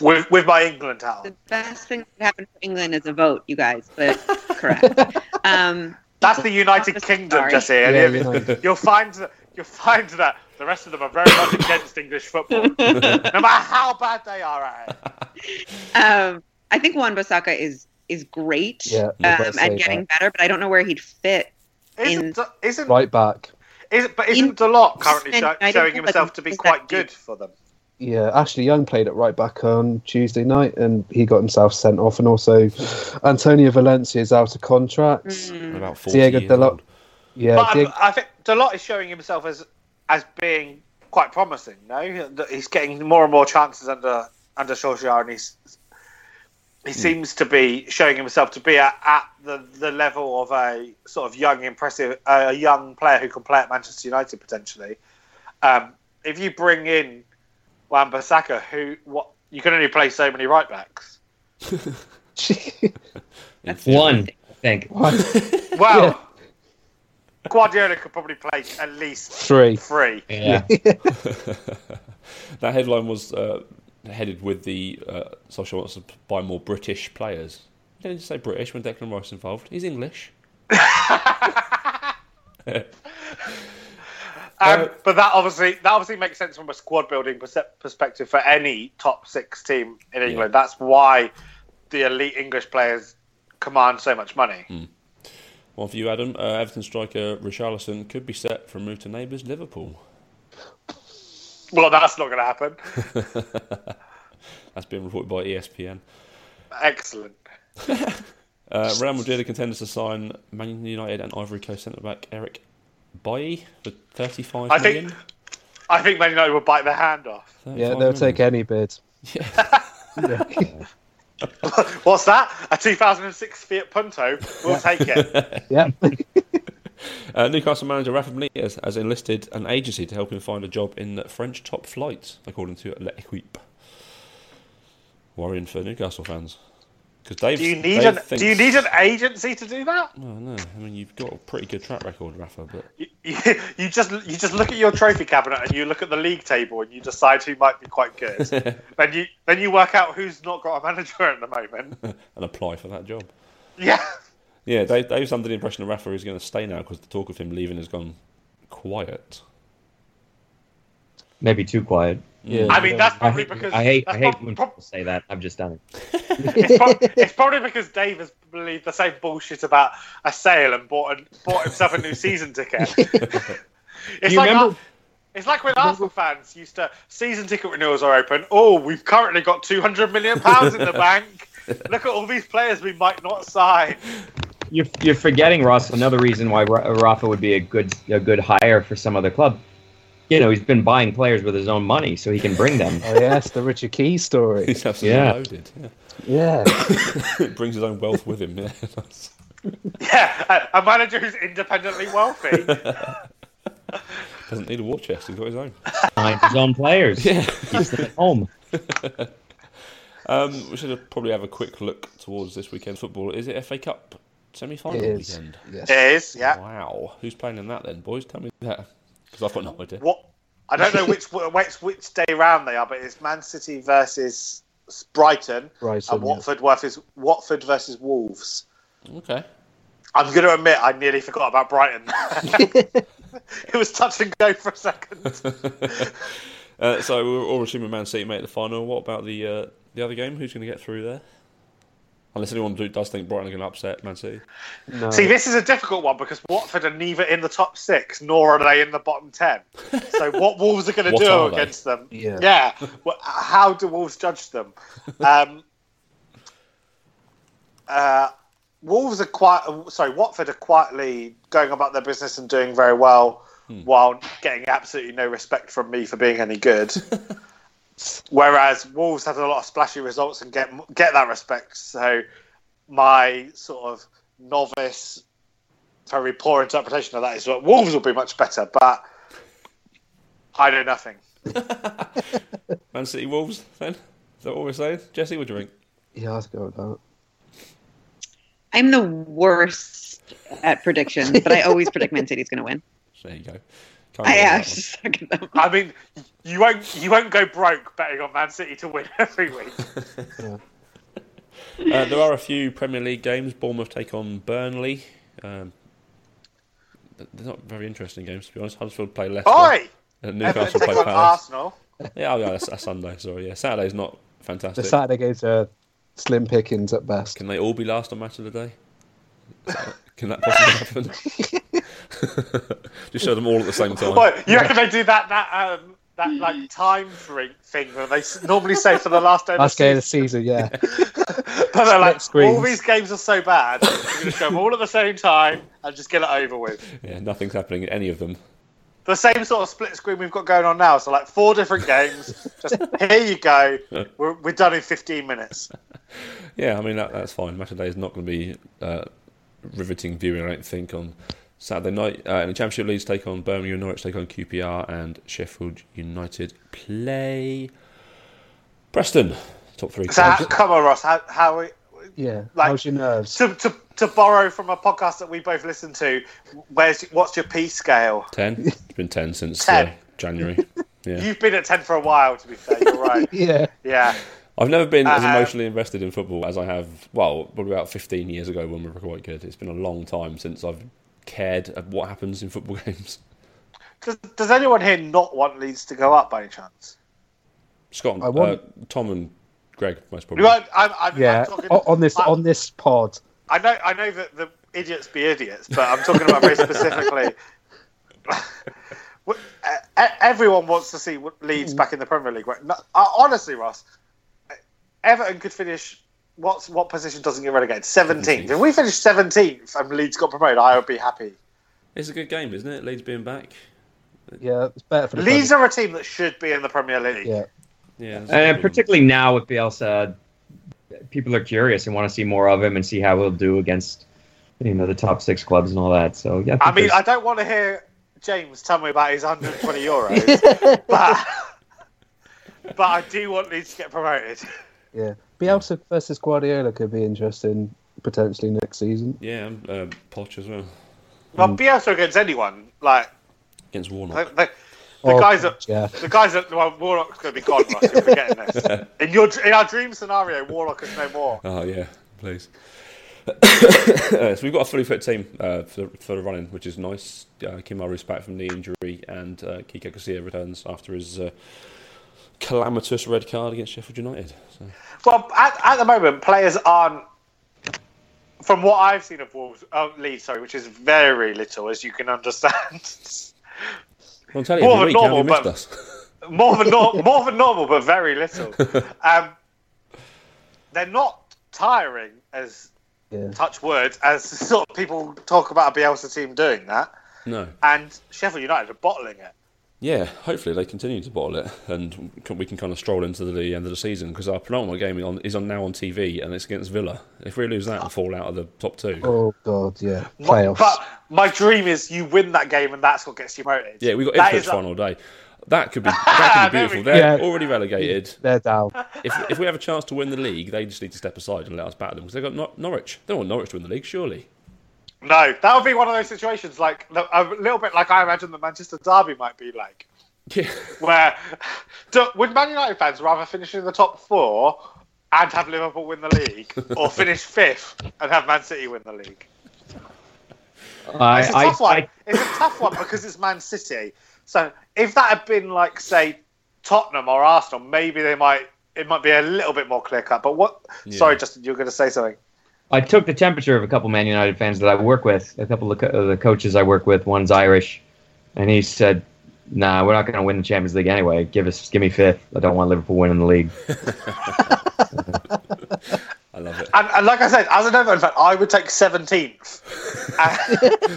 With, with my England hat
The
on.
best thing that could happen for England is a vote, you guys. But correct. Um,
That's the United Kingdom,
Sorry.
Jesse.
Yeah,
and
yeah,
you'll-
no.
You'll find that you'll find that the rest of them are very much against English football, no matter how bad they are at it.
um, I think Juan Basaka is is great
Yeah, I was about to
um,
say
and getting better, but I don't know where he'd fit.
Isn't isn't,
Right back.
isn't but
in-
isn't Delort currently
United
show, showing
Kingdom
himself to be
is that
quite
deep.
good for them?
Yeah, Ashley Young played at right back on Tuesday night, and he got himself sent off. And also, Antonio Valencia is out of contract.
Mm.
About 40
Diego
years
Dalot.
old.
Yeah,
but
Uh, Diego-
I, I think Delort is showing himself as as being quite promising. No, That he's getting more and more chances under under Solskjaer, and he's
Hmm.
he seems to be showing himself to be at, at the, the level of a sort of young, impressive, uh, a young player who can play at Manchester United potentially. Um, if you bring in Wan-Bissaka, who what you can only play so many right backs.
That's
One, I think.
Well,
Yeah.
Guardiola could probably play at least
three.
three.
Yeah.
that headline was uh, headed with the uh, Solskjaer wants to buy more British players. You don't need to say British when Declan Rice is involved. He's English.
Um, but that obviously that obviously makes sense from a squad building perse- perspective for any top six team in England. That's why the elite English players command so much money.
One for you, Adam. Uh, Everton striker Richarlison could be set for a move to neighbours Liverpool.
Well, that's not going to happen.
That's been reported by E ESPN.
Excellent.
Uh, Real Madrid are contenders to sign Man United and Ivory Coast centre back Eric Bailly for thirty-five
I
million.
think I think Man United would bite their hand off.
Yeah, they'll take any bid.
What's that? A 2006 Fiat Punto? We'll take it.
Yeah. Oh,
Uh, Newcastle manager Rafa Benitez has enlisted an agency to help him find a job in the French top flight, according to L'Equipe. Worrying for Newcastle fans. Because Dave,
Do you need
Dave
an
thinks-
Do you need an agency to do that?
Oh, no, I mean you've got a pretty good track record, Rafa, but
You, you- you just you just look at your trophy cabinet and you look at the league table and you decide who might be quite good. then you then you work out who's not got a manager at the moment.
and apply for that job.
Yeah.
Yeah, Dave, Dave's under the impression that Rafa is going to stay now because the talk of him leaving has gone quiet.
Maybe too quiet.
yeah.
I mean that's
I
probably
hate,
because
I hate, I
that's
hate
prob-
when
prob-
people say that. I've just done it.
it's, prob- it's probably because Dave has believed the same bullshit about a sale and bought an, bought himself a new season ticket. it's
you
like
remember-
Ar- it's like when Arsenal fans used to season ticket renewals are open. Oh, we've currently got two hundred million pounds in the bank. Look at all these players we might not sign.
You're, you're forgetting Ross. Another reason why Ra- Rafa would be a good a good hire for some other club. You know, he's been buying players with his own money, so he can bring them.
Oh yes, the Richard Key story.
He's absolutely
Yeah.
loaded. Yeah.
Yeah.
Brings his own wealth with him. Yeah. That's-
Yeah, a, a manager who's independently wealthy.
Doesn't need a war chest. He's got his own.
Signs his own players.
Yeah.
Keeps them at home.
Um, we should probably have a quick look towards this weekend's football. Is it FA Cup semi-final
It is.
weekend?
Yes.
it is, yeah.
Wow, who's playing in that then, boys? Tell me that because I've got no idea.
What? I don't know which which which day round they are, but it's Man City versus Brighton.
Brighton,
and
yeah.
Watford versus Watford versus Wolves.
Okay,
I'm going to admit I nearly forgot about Brighton. it was touch and go for a second.
uh, so we're all assuming Man City make the final. What about the uh, the other game? Who's going to get through there? Unless anyone do, does think Brighton are going to upset Man City.
No.
See, this is a difficult one because Watford are neither in the top six nor are they in the bottom ten. So what Wolves are going to
What
do
are they?
against them?
Yeah.
Well, how do Wolves judge them? Um, uh, Wolves are quite. Sorry, Watford are quietly going about their business and doing very well, while getting absolutely no respect from me for being any good. Whereas Wolves had a lot of splashy results and get get that respect. So my sort of novice, very poor interpretation of that is that Wolves will be much better, but I know nothing.
Man City Wolves then. Is that what we're saying? Jesse, what do you think?
Yeah, I'd go with that.
I'm the worst at predictions, but I always predict Man City's going to win.
There you go. Can't
I
go
yeah, I
wrong with
just suck at them.
I mean, you won't you won't go broke betting on Man City to win every week.
that one. uh, there are a few Premier League games. Bournemouth take on Burnley. Um, they're not very interesting games to be honest. Huddersfield play Leicester.
Oi!
And
Everton
Newcastle
take
play
on
Palace.
Arsenal.
Yeah, oh, yeah, that's, that's Sunday. Sorry, yeah, Saturday's not
The
fantastic.
Saturday games are slim pickings at best.
Can they all be last on match of the day? Is that- Can that possibly happen? Just show them all at the same time.
Oi, you reckon they do that that um that like time thing thing that they s- normally say for the last day of the
Last game of the
season?
season, yeah.
But they're like,
screens.
all these games are so bad, we're going to show them all at the same time and just get it over with.
Yeah, nothing's happening in any of them.
the same sort of split screen we've got going on now. So like four different games. Just here you go. We're, we're done in 15 minutes.
Yeah, I mean that, that's fine. Match of the day is not going to be uh, riveting viewing. I don't think on Saturday night. Uh, in the Championship, Leeds take on Birmingham, Norwich take on QPR, and Sheffield United play Preston. Top three.
So how,
clubs.
come on, Ross. How how we,
Yeah.
Like-
How's your nerves?
to, to to borrow from a podcast that we both listen to? Where's what's your P scale?
Ten. It's been ten since
Ten.
Uh, January. Yeah.
You've been at 10 for a while. To be fair, you're right.
Yeah.
Yeah.
I've never been as
Uh,
emotionally invested in football as I have, well, probably about 15 years ago when we were quite good. It's been a long time since I've cared of what happens in football games.
Does, does anyone here not want Leeds to go up by any chance?
Scott, and-
I want-
uh, Tom and Greg, most probably.
Right, I'm, I'm,
Yeah.
I'm talking,
O- on this
I-
on this pod.
I know, I know that the idiots be idiots, but I'm talking about very specifically. Well, e- e- Everyone wants to see Leeds back in the Premier League, right? No, uh, honestly, Ross, Everton could finish. What's what position doesn't get relegated? Seventeenth. If we finish seventeenth and Leeds got promoted, I would be happy.
It's a good game, isn't it? Leeds being back.
Yeah, it's better for the
Leeds are a team that should be in the Premier League.
Yeah.
Yeah,
Uh,
that's a
And
good one.
particularly now with Bielsa, people are curious and want to see more of him and see how he'll do against you know the top six clubs and all that. So yeah,
I mean,
think there's-
I don't want to hear James tell me about his 120 euros, but but I do want Leeds to get promoted.
Yeah, Bielsa versus Guardiola could be interesting potentially next season.
Yeah, and uh, Poch as well
Well, Bielsa against anyone, like
against
the,
Warnock.
the, the
Or-
guys that
Oh, yeah,
the guys that well, Warlock's going to be gone. Russ, you're forgetting this. In your in our dream scenario, Warlock is no more.
Oh yeah, please. Uh, so we've got a fully fit team uh, for, for the running, which is nice. Uh, Kim Aru's back from knee injury, and uh, Kike Garcia returns after his uh, calamitous red card against Sheffield United. So,
Well, at, at the moment, players aren't. From what I've seen of Wolves, of Leeds, sorry, which is very little, as you can understand,
well, I'm telling you,
More
every week,
than
how have you missed
normal,
us?
more than nor- more than normal, but very little. Um, they're not tiring as
yeah.
touch words as sort of people talk about a Bielsa team doing that,
no.
and Sheffield United are bottling it.
Yeah, hopefully they continue to bottle it, and c- we can kind of stroll into the end of the season because our penultimate game is on, is on now on TV, and it's against Villa. If we lose that and fall out of the top two,
Oh God, yeah,
My-
playoffs.
But my dream is you win that game and that's what gets you promoted.
yeah, we got
That
Ipswich
is a-
final day. That could be that could be
There we
beautiful.
go.
They're
Yeah.
already relegated.
They're down.
If if we have a chance to win the league, they just need to step aside and let us batter them because they've got Nor- Norwich. They don't want Norwich to win the league, surely.
No, that would be one of those situations, like a little bit like I imagine the Manchester derby might be like,
Yeah,
where do, would Man United fans rather finish in the top four and have Liverpool win the league, or finish fifth and have Man City win the league?
I,
It's a
I-
tough one.
I-
It's a tough one because it's Man City. So if that had been like say Tottenham or Arsenal, maybe they might it might be a little bit more clear cut. But what?
Yeah.
Sorry, Justin, you were going to say something.
I took the temperature of a couple Man United fans that I work with, a couple of co- of the coaches I work with. One's Irish, and he said, "Nah, we're not going to win the Champions League anyway. Give us, give me fifth. I don't want Liverpool winning the league."
I love it.
And, and like I said, as an Everton fan, I would take seventeenth.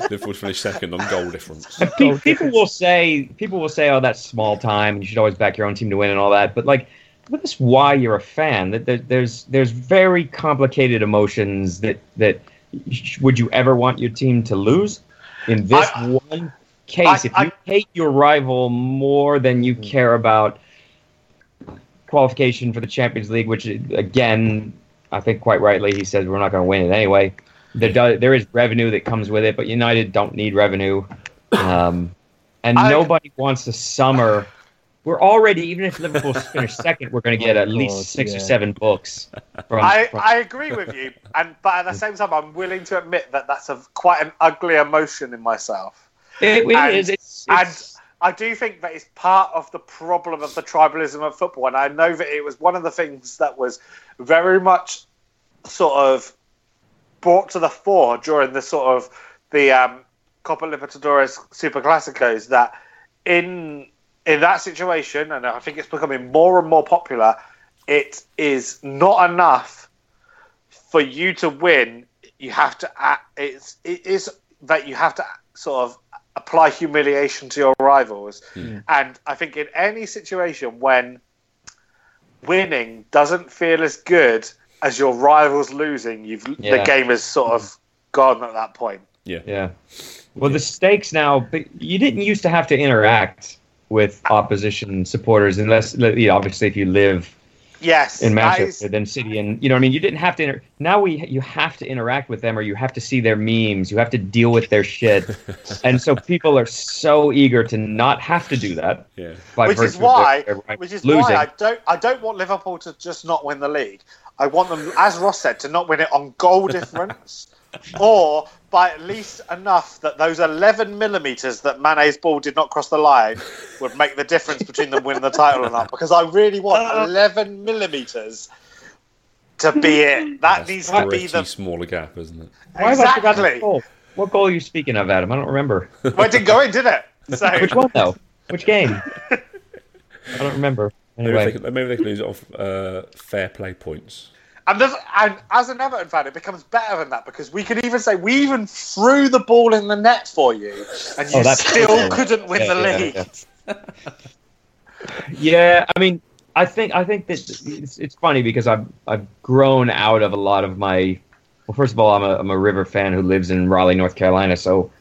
Liverpool finished second on goal difference.
Pe- people will say people will say oh that's small time and you should always back your own team to win and all that but like look at why you're a fan that there, there's there's very complicated emotions that that sh- would you ever want your team to lose in this
I-
one case
I-
if you
I-
hate your rival more than you care about qualification for the Champions League which again I think quite rightly he says we're not going to win it anyway there does, there is revenue that comes with it, but United don't need revenue, um, and
I-
nobody wants a summer. We're already even if Liverpool finish second, we're going to get at
God,
least six
yeah.
or seven books. From,
I,
from-
I agree with you, and but at the same time, I'm willing to admit that that's a quite an ugly emotion in myself.
It- it
and-
is, it's-
and-
it's-
I do think that it's part of the problem of the tribalism of football, and I know that it was one of the things that was very much sort of brought to the fore during the sort of the um, Copa Libertadores Super Clásicos that in in that situation, and I think it's becoming more and more popular, it is not enough for you to win. You have to act, it's it is that you have to sort of apply humiliation to your rivals,
Hmm.
and I think in any situation when winning doesn't feel as good as your rivals losing, you've
Yeah.
the game is sort of gone at that point.
yeah. Well, the stakes now. But you didn't used to have to interact with opposition supporters unless you know, obviously if you live
Yes,
in
that is-
Manchester than City, and you know, what I mean, you didn't have to. Inter- now we, you have to interact with them, or you have to see their memes, you have to deal with their shit, and so people are so eager to not have to do that.
Yeah,
By
which is
virtue of their-
why,
their right
which is
losing.
why I don't, I don't want Liverpool to just not win the league. I want them, as Ross said, to not win it on goal difference, or by at least enough that those eleven millimeters that Mane's ball did not cross the line would make the difference between them winning the title or not. Because I really want eleven millimeters to be it. That
that's
needs to
pretty
be the
smaller gap, isn't it?
Why have I forgotten that
exactly.
goal? What goal are you speaking of, Adam? I don't remember.
Well, it didn't go in, did it? So
Which one though? Which game? I don't remember.
Maybe,
Anyway,
they, could, maybe they could lose it off uh, fair play points.
And, there's- and as an Everton fan, it becomes better than that because we could even say we even threw the ball in the net for you, and you
Oh, that's-
still couldn't win the
yeah,
league.
yeah. Yeah, I mean, I think I think that it's, it's funny because I've I've grown out of a lot of my. Well, first of all, I'm a I'm a River fan who lives in Raleigh, North Carolina. So,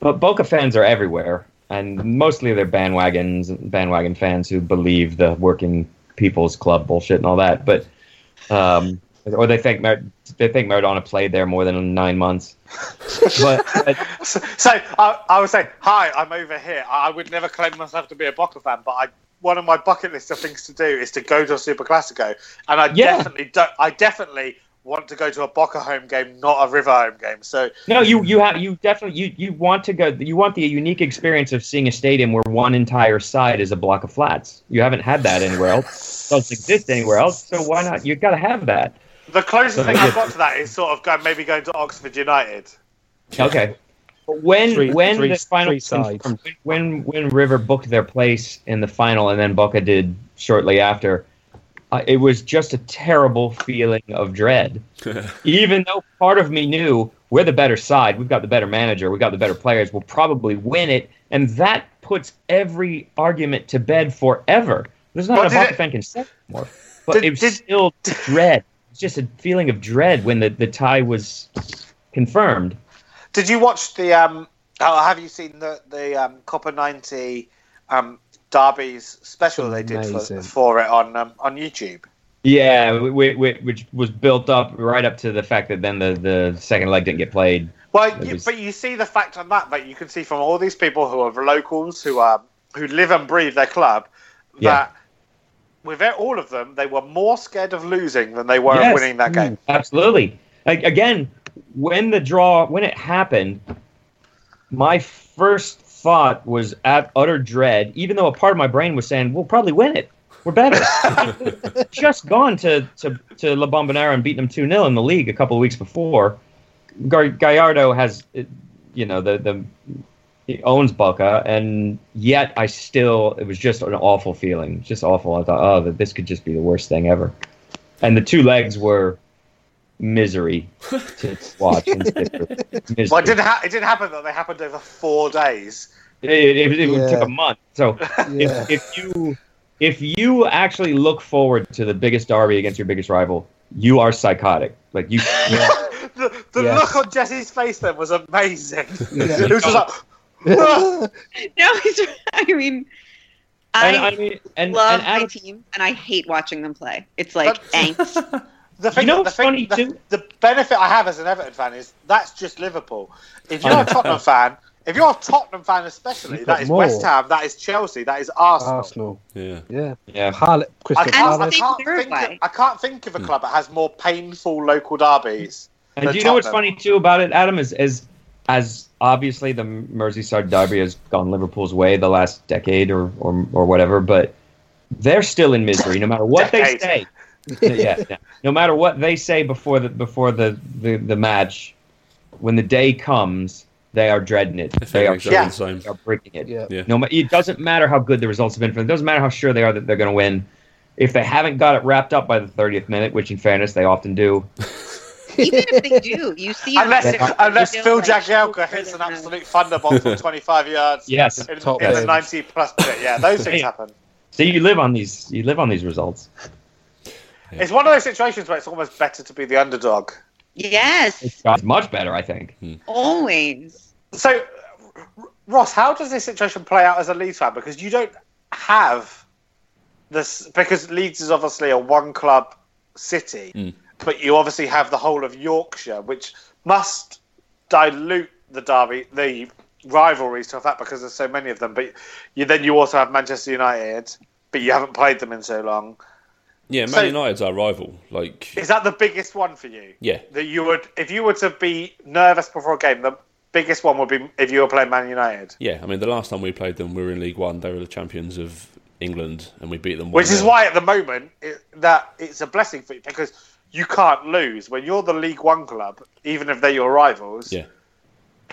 but Boca fans are everywhere, and mostly they're bandwagons bandwagon fans who believe the working people's club bullshit and all that. But, um, or they think Mar- they think Maradona played there more than nine months. But, but
So, so I, I would say, hi, I'm over here. I, I would never claim myself to be a Boca fan, but I, one of my bucket list of things to do is to go to a Super Classico, and I
Yeah.
definitely don't. I definitely want to go to a Boca home game, not a River home game. So
No, you you have you definitely you you want to go. You want the unique experience of seeing a stadium where one entire side is a block of flats. You haven't had that anywhere else. Doesn't exist anywhere else. So why not? You've got to have that.
the closest
So-
thing I've got to that is sort of going, maybe going to Oxford United.
Okay. But When
Three-
when
three-
the final
three sides.
confirmed, when when River booked their place in the final and then Boca did shortly after, uh, it was just a terrible feeling of dread. even though part of me knew we're the better side, we've got the better manager, we've got the better players, we'll probably win it, and that puts every argument to bed forever. There's not
Well,
a
did
Boca
it-
fan can say anymore. But
Did-
it was
did-
still dread. It's just a feeling of dread when the, the tie was confirmed.
Did you watch the? Um, oh, have you seen the the um, Copper ninety um, derbies special they did for,
Amazing.
for it on um, on YouTube?
Yeah, we, we, which was built up right up to the fact that then the, the second leg didn't get played.
Well,
That
you,
was-
but you see the fact on that that you can see from all these people who are locals who are who live and breathe their club that
Yeah.
with it- all of them they were more scared of losing than they were
Yes. Mm.
of winning that game.
Absolutely. Like, again, when the draw, when it happened, my first thought was at utter dread, even though a part of my brain was saying, we'll probably win it. We're better. Just gone to, to, to La Bombonera and beaten them 2 0 in the league a couple of weeks before. Gar- Gallardo has, uh, you know, the, the he owns Boca, and yet I still, it was just an awful feeling. Just awful. I thought, oh, that this could just be the worst thing ever. And the two legs were misery to watch. and sit through. misery.
Well, it didn't ha- it didn't happen that they happened over four days.
It, it, it
Yeah.
took a month. So
Yeah.
if, if you if you actually look forward to the biggest derby against your biggest rival, you are psychotic. Like you,
the the
Yes.
look on Jesse's face then was amazing.
Yeah.
it was just like,
No, it's- I mean, I,
and, I mean, and,
love
and
my
out of-
team, and I hate watching them play. It's like
But-
angst.
The thing,
You know
the,
what's
thing-
funny
the,
too?
the benefit I have as an Everton fan is that's just Liverpool. If
I
you're a
know.
Tottenham fan, if you're a Tottenham fan especially,
You've
that
got
is
more.
West Ham, that is Chelsea, that is Arsenal.
Arsenal.
Yeah.
Yeah.
yeah,
Pal-
I
Crystal
can't, I
Palace.
think
can't
they're
think of,
away.
I can't think
Hmm.
of a club that has more painful local derbies.
and
The
do you know what's
Tottenham.
funny too about it, Adam? Is as as obviously the Merseyside derby has gone Liverpool's way the last decade or or, or whatever, but they're still in misery no matter what they
Decade.
say. yeah, yeah. no matter what they say before the before the, the, the match, when the day comes, they are dreading it. They are,
exactly
Yeah.
the same.
they are breaking it.
Yeah.
Yeah.
No, ma- it doesn't matter how good the results have been for them. It doesn't matter how sure they are that they're going to win. If they haven't got it wrapped up by the 30th minute, which in fairness they often do,
Even if they do, you see.
Unless,
them,
it, unless
they're
Phil
like-
Jagielka hits an absolute thunderbolt from 25 yards
yes.
in, in
Top
the
end.
90 plus minute. Yeah, those things
Yeah.
happen.
So you live on these, you live on these results.
It's one of those situations where it's almost better to be the underdog.
Yes,
It's much better, I think.
always.
So, R- R- Ross, how does this situation play out as a Leeds fan? Because you don't have this, because Leeds is obviously a one club city,
Mm.
but you obviously have the whole of Yorkshire, which must dilute the derby, the rivalries to that because there's so many of them. But you, then you also have Manchester United, but you haven't played them in so long.
Yeah, Man
So-
United's our rival. Like,
Is that the biggest one for you?
yeah,
That you would, if you were to be nervous before a game, the biggest one would be if you were playing Man United.
yeah. I mean, the last time we played them, we were in League One. They were the champions of England, and we beat them.
Which is
1-0.
why at the moment it, that it's a blessing for you because you can't lose when you're the League One club, even if they're your rivals.
Yeah.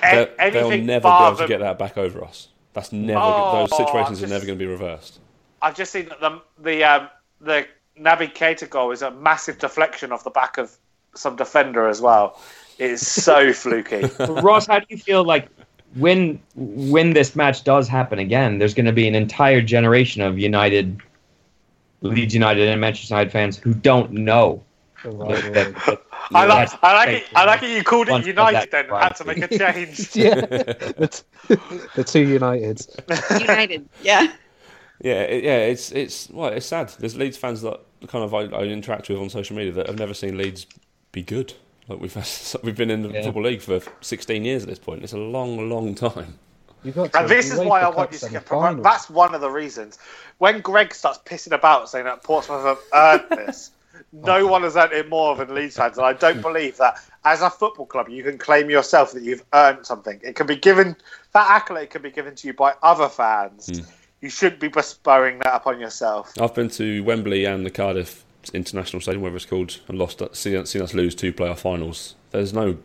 A-
They'll-
anything
they'll never be
bar
able to
them-
get that back over us. That's never
Oh,
those situations
just-
are never going to be reversed.
I've just seen that the the um, the Naby Keita goal is a massive deflection off the back of some defender as well. It's so fluky.
Ross, how do you feel like when when this match does happen again? There's going to be an entire generation of United, Leeds United, and Manchester United fans who don't know. that- that- that-
I like,
that's-
I like it. I like it. You called
One
it
for
United,
that
then and had to make a change.
yeah, the, t- the two Uniteds.
United. Yeah.
Yeah, it, yeah, it's it's well, it's sad. There's Leeds fans that kind of I, I interact with on social media that have never seen Leeds be good. Like we've had, we've been in the
Yeah.
football league for 16 years at this point. It's a long, long time.
You got
And this is why I want you to get promoted. That's one of the reasons. When Greg starts pissing about saying that Portsmouth have earned this, no one has earned it more than Leeds fans. And I don't believe that as a football club, you can claim yourself that you've earned something. It can be given, that accolade can be given to you by other fans. You shouldn't be bestowing that upon yourself.
I've been to Wembley and the Cardiff International Stadium, whatever it's called, and lost. Seen, seen us lose two playoff finals. There's no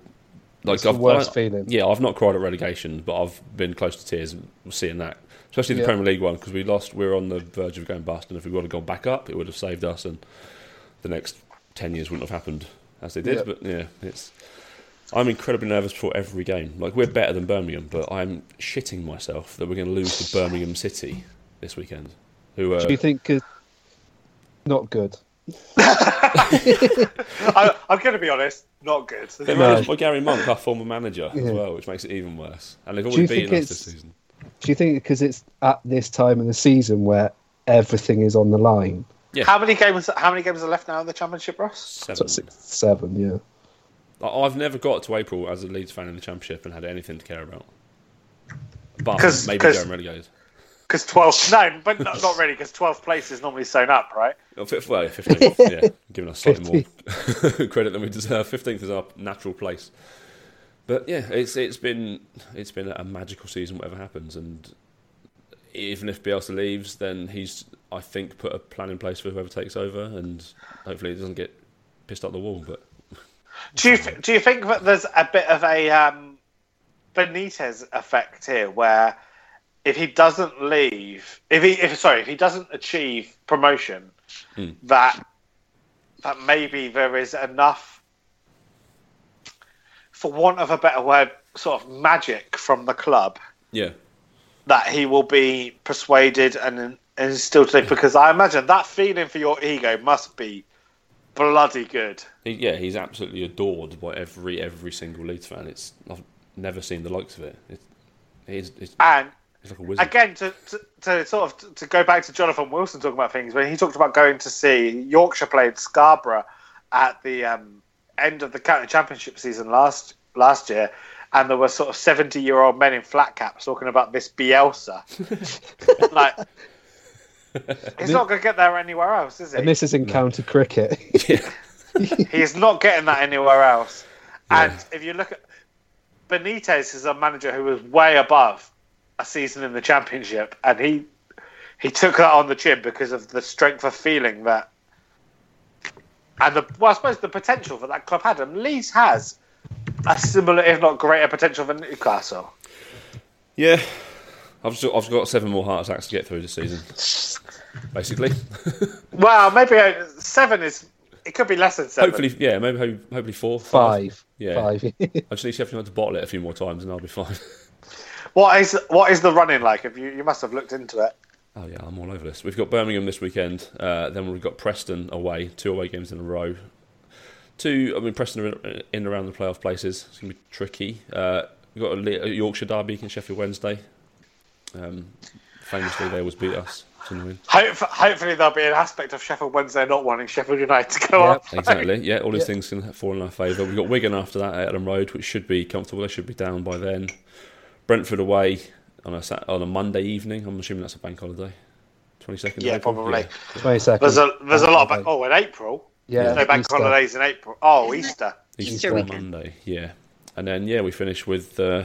like
It's the worst
I-
feeling.
Yeah, I've not cried at relegation, but I've been close to tears seeing that, especially the
Yeah.
Premier League one because we lost. We were on the verge of going bust, and if we would have gone back up, it would have saved us, and the next ten years wouldn't have happened as they did.
Yeah.
But yeah, it's. I'm incredibly nervous for every game. Like we're better than Birmingham, but I'm shitting myself that we're going to lose to Birmingham City this weekend. Who uh,
Do you think is not good?
I, I'm going to be honest, not good.
They're
No.
managed by Gary Monk, our former manager, as
Yeah.
well, which makes it even worse. And they've
you
already
think
beaten us this
it's-
season.
Do you think because it's at this time of the season where everything is on the line?
How many games? How many games are left now in the championship, Ross?
So
Seven.
six, seven, yeah.
I- I've never got to April as a Leeds fan in the Championship and had anything to care about. But
'Cause-
maybe
'cause-
going relegated.
Because twelve. No, but not, not really. Because twelfth place is normally sewn up, right?
Oh, fif- Well, 15th, yeah, giving us slightly more credit than we deserve. 15th is our natural place. But yeah, it's it's been it's been a magical season, whatever happens. And even if Bielsa leaves, then he's, I think, put a plan in place for whoever takes over. And hopefully it doesn't get pissed up the wall. But
Do you do you think that there's a bit of a um, Benitez effect here, where if he doesn't leave, if he if sorry, if he doesn't achieve promotion, that that maybe there is enough, for want of a better word, sort of magic from the club
yeah,
that he will be persuaded and and still take because I imagine that feeling for your ego must be bloody good.
He, yeah, he's absolutely adored by every every single Leeds fan. It's I've never seen the likes of it. It's he's, he's,
And
he's like a wizard.
again, to, to, to sort of to go back to Jonathan Wilson talking about things when he talked about going to see Yorkshire played Scarborough at the um, end of the county championship season last last year. And there were sort of seventy-year-old men in flat caps talking about this Bielsa. like, he's not going to get there anywhere else, is he?
And this is in county cricket.
He's not getting that anywhere else. And if you look at Benitez is a manager who was way above a season in the championship and he he took that on the chin because of the strength of feeling that and the well I suppose the potential that that club had and Leeds has a similar if not greater potential than Newcastle.
yeah, I've still, I've got seven more heart attacks to get through this season. Basically,
Well, maybe uh, seven is it could be less than seven.
hopefully, yeah, maybe ho- hopefully four,
Five.
Yeah.
Five.
I just need Sheffield United to bottle it a few more times, and I'll be fine.
What is what is the running like? If you you must have looked into it.
Oh yeah, I'm all over this. We've got Birmingham this weekend. Uh, then we've got Preston away, two away games in a row. Two, I mean Preston are in, in and around the playoff places. It's gonna be tricky. Uh, we've got a, Le- a Yorkshire derby against Sheffield Wednesday. Um, famously, they always beat us. It's annoying.
Hope, hopefully there'll be an aspect of Sheffield Wednesday not wanting Sheffield United to go up.
Exactly. Yeah, all these things can fall in our favour. We've got Wigan after that at Ellen Road, which should be comfortable. They should be down by then. Brentford away on a Sat- on a Monday evening. I'm assuming that's a bank holiday. Twenty second.
Yeah, probably.
Twenty seconds.
There's a there's a lot of bank. Oh, in April.
yeah,
No bank
Easter.
holidays in April. Oh, Easter.
Easter,
Easter weekend.
Monday, yeah. And then yeah, we finish with uh,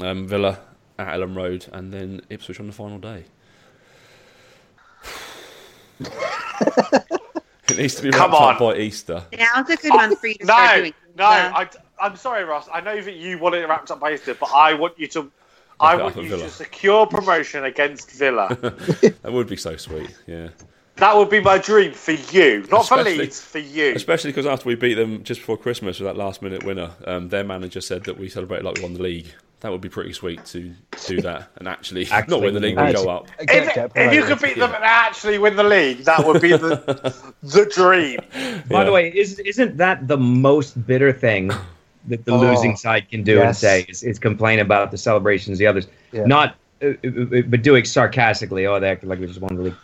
um, Villa at Ellen Road, and then Ipswich on the final day. it needs to be
Come
wrapped up
on.
by Easter.
Now's a good month for you to
No,
start doing.
no.
Uh,
I, am sorry, Ross. I know that you want it wrapped up by Easter, but I want you to. I
it
want
up at
you
Villa.
to secure promotion against Villa.
That would be so sweet. Yeah,
That would be my dream for you, not
Especially-
for Leeds, for you.
Especially because after we beat them just before Christmas with that last minute winner, um, their manager said that we celebrated like we won the league. That would be pretty sweet to do that and actually,
Actually
not win the league and
win.
go up.
If, if you could beat them and actually win the league, that would be the the dream.
By
Yeah.
the way, is, isn't that the most bitter thing that the
Oh,
losing side can do and
yes.
say is, is complain about the celebrations of the others?
Yeah.
Not, uh, uh, uh, but doing sarcastically. Oh, they acted like we just won the league.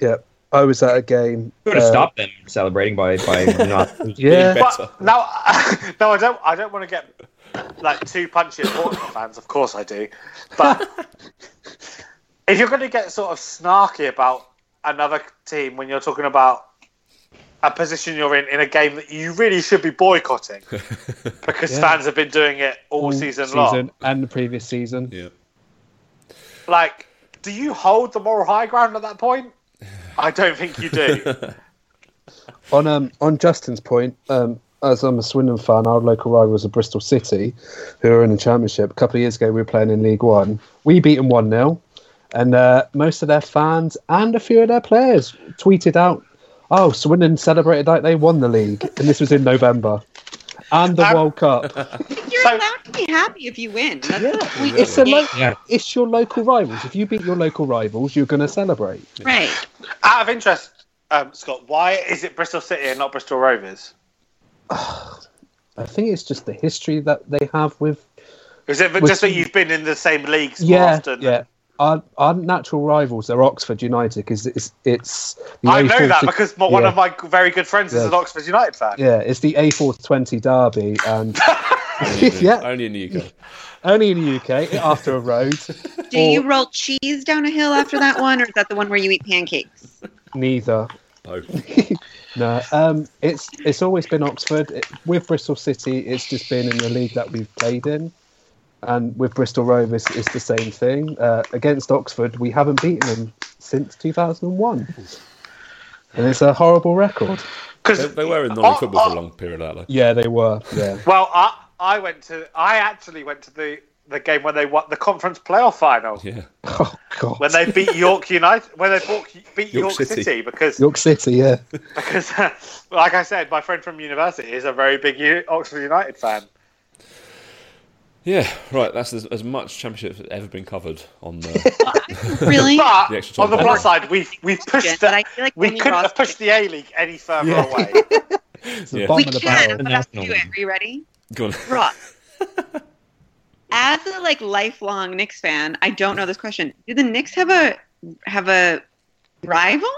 Yeah,
I was at a game.
Could have
uh,
stopped them celebrating by by not.
Yeah,
Better.
But now, no, I don't. I don't want to get like too punchy at Portsmouth fans. Of course, I do. But if you're going to get sort of snarky about another team when you're talking about a position you're in in a game that you really should be boycotting because
Yeah.
fans have been doing it all, season, long.
and the previous season.
yeah.
Like, do you hold the moral high ground at that point? I don't think you do.
On um on Justin's point, um, as I'm a Swindon fan, our local rivals are Bristol City, who are in the Championship. A couple of years ago, we were playing in League One. We beat them one 0 and uh, most of their fans and a few of their players tweeted out, "Oh, Swindon celebrated like they won the league," and this was in November, and the
Um,
World Cup.
You're
So-
allowed to be happy if you win. That's
Yeah,
the point.
it's a lo-
Yeah.
it's your local rivals. If you beat your local rivals, you're going to celebrate.
right.
Out of interest, um, Scott, why is it Bristol City and not Bristol Rovers?
I think it's just the history that they have with
Is it
With-
just that you've been in the same leagues more
yeah,
often?
yeah. Our, our natural rivals are Oxford United because it's it's the
I know
A4
that because my, one
yeah.
of my g- very good friends is
Yeah.
an Oxford United fan.
yeah, it's the A four twenty derby, and yeah,
Only in the UK.
only in the UK after a road.
Do
Or
you roll cheese down a hill after that one, or is that the one where you eat pancakes?
neither?
Both.
No, um, it's it's always been Oxford It- with Bristol City. It's just been in the league that we've played in, and with Bristol Rovers, it's the same thing. Uh, against Oxford, we haven't beaten them since two thousand and one, and it's a horrible record.
They,
Because
they were in
Oh,
non football for a long period of that, though.
Yeah, they were. Yeah.
well, I, I went to I actually went to the, the game when they won the conference playoff final
Yeah.
Oh God.
when they beat York United when they bought, beat
York
York,
City.
City. because
York City, yeah.
because like I said, my friend from university is a very big U- Oxford United fan.
Yeah, right. That's as, as much championship has ever been covered on the.
Really?
But
The extra time
on the
penalty.
plus side, we've we've pushed
But
that.
I feel like
We
Tony
couldn't
Ross
have pushed
did
the A League any further
Yeah.
away.
It's the
Yeah.
it. We
bottom of
can,
the barrel.
but I'll
National
do it. Are you ready?
Go on.
Ross. As a like lifelong Knicks fan, I don't know this question. Do the Knicks have a have a rival?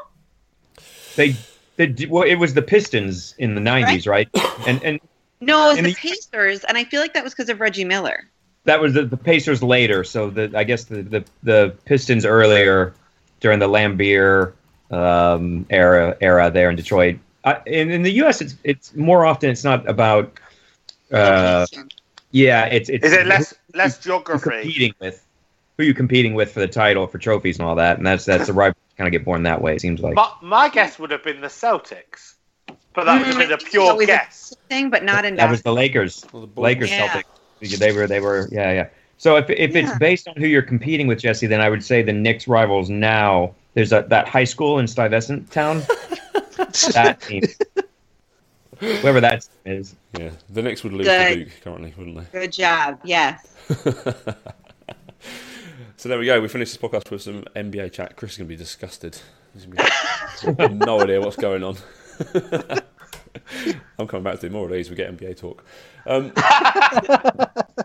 They, they d- well, it was the Pistons in the '90s, right? And and
No, it's
In
the
the-
Pacers, and I feel like that was because of Reggie Miller.
that was the, the Pacers later. So the I guess the, the the Pistons earlier during the Lambeer um, era era there in Detroit. I, in, in the U.S., it's it's more often it's not about. Uh, yeah, it's it's
Is it less less
who you're
geography?
competing with who you're competing with for the title for trophies and all that, and that's that's the rival kind of get born that way. It seems like
My, my guess would have been the Celtics, but that would have
Mm,
been
I
a
think it's
pure
always a
guess.
thing, but not in
that was the Lakers.
Well, the Bulls.
Lakers
Yeah.
Celtics. They were they were yeah, yeah. So if if
Yeah.
it's based on who you're competing with, Jesse, then I would say the Knicks rivals now. There's a, that high school in Stuyvesant town. that team. Whoever that team is.
Yeah, the Knicks would lose to
Good.
Duke currently, wouldn't they?
Good job. Yes.
So there we go. We finished this podcast with some NBA chat. Chris is going to be disgusted. He's gonna be- no idea what's going on. I'm coming back to do more of these. We get NBA talk. Um,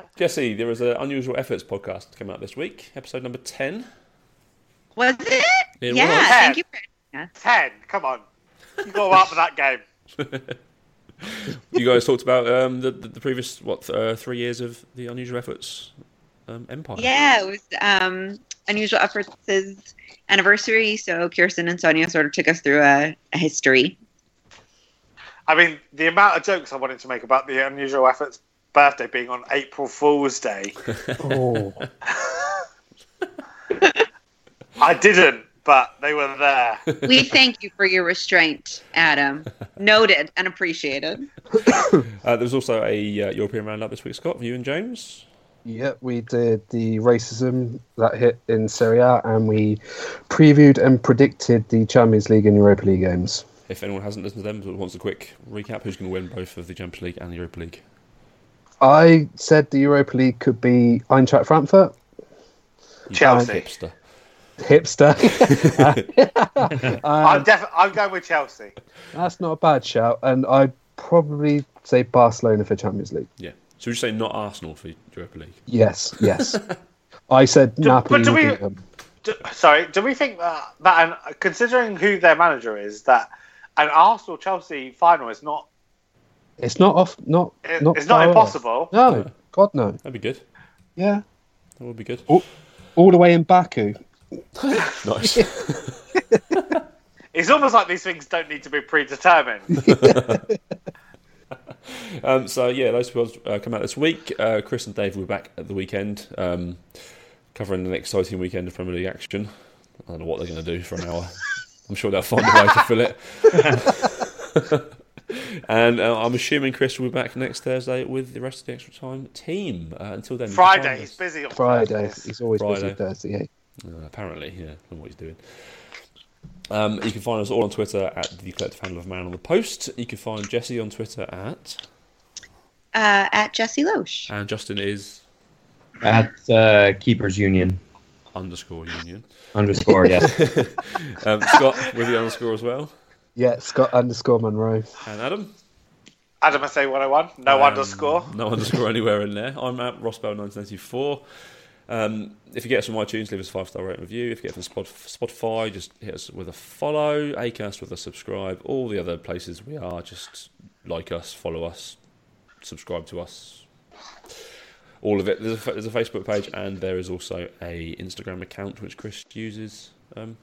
Jesse, there was an Unusual Efforts podcast that came out this week, episode number 10.
Was it?
It
yeah.
was.
Thank you.
Ten, come on, you go up for that game.
You guys talked about um, the, the, the previous, what, th- uh, three years of the Unusual Efforts um, empire.
Yeah, it was um, Unusual Efforts' anniversary. So Kirsten and Sonia sort of took us through a, a history.
I mean, the amount of jokes I wanted to make about the unusual efforts birthday being on April Fool's Day,
Oh,
I didn't, but they were there.
We thank you for your restraint, Adam. Noted and appreciated.
Uh, there was also a uh, European roundup this week, Scott, for you and James.
Yeah, we did the racism that hit in Serie A, and we previewed and predicted the Champions League and Europa League games.
If anyone hasn't listened to them but wants a quick recap, who's going to win both of the Champions League and the Europa League?
I said the Europa League could be Eintracht Frankfurt,
You
Chelsea.
hipster.
hipster. Um,
I'm, def- I'm going with Chelsea.
That's not a bad shout, and I'd probably say Barcelona for Champions League.
Yeah. So we just say not Arsenal for Europa League.
Yes, yes. I said Napoli.
but do
would
we-
beat them.
Do, sorry, do we think that, that and considering who their manager is, that an Arsenal Chelsea final is not,
It's not off. Not.
it,
not
it's not
far off.
impossible?
No, God no.
That'd be good.
Yeah,
That would be good.
all the way in Baku.
Nice.
It's almost like these things don't need to be predetermined.
Um, so yeah, those will uh, come out this week. Uh, Chris and Dave will be back at the weekend, um, covering an exciting weekend of Premier League action. I don't know what they're going to do for an hour. I'm sure they'll find a way to fill it. and uh, I'm assuming Chris will be back next Thursday with the rest of the extra time team. Uh, until then, you can
Friday,
find
he's
us.
busy on
Friday.
Thursdays.
He's always
Friday.
busy Thursday. eh? Yeah.
Uh, apparently, yeah, I don't know what he's doing. Um, you can find us all on Twitter at the collective handle of Man on the Post. You can find Jesse on Twitter at
Uh, at Jesse Loesch.
and Justin is
At uh, Keepers Union
underscore Union.
underscore, yes.
Um, Scott with the underscore as well,
Yeah, Scott underscore Monroe.
and Adam.
Adam SA 101, no
Um,
underscore.
No underscore anywhere in there. I'm at Rossbell1984. Um, if you get us from iTunes, leave us a five star rating review. If you get us from Spot- Spotify, just hit us with a follow. Acast with a subscribe. All the other places we are, just like us, follow us, subscribe to us. All of it. There's a, fa- there's a Facebook page, and there is also a Instagram account which Chris uses um,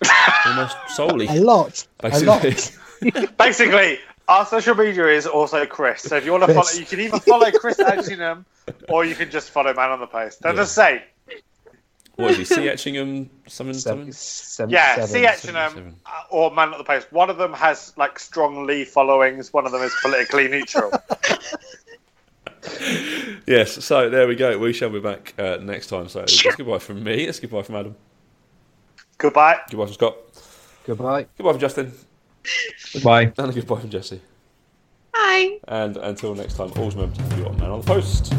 almost solely.
A lot. A lot.
Basically,
Basically, our social media is also Chris. So if you want to follow,
Chris.
you can either follow Chris Etchingham or you can just follow Man on the Post. They're
Yeah.
the same.
what is he? C. Etchingham, something, something.
Seven, seven,
Yeah,
seven.
see Etchingham
seven.
uh, or Man on the Post. One of them has like strongly followings. One of them is politically neutral.
Yes, so there we go. We shall be back uh, next time. So it's goodbye from me. It's goodbye from Adam.
Goodbye.
Goodbye from Scott.
Goodbye.
Goodbye from Justin.
Goodbye.
And a goodbye from Jesse.
Hi.
And until next time, always remember to be on man on the post.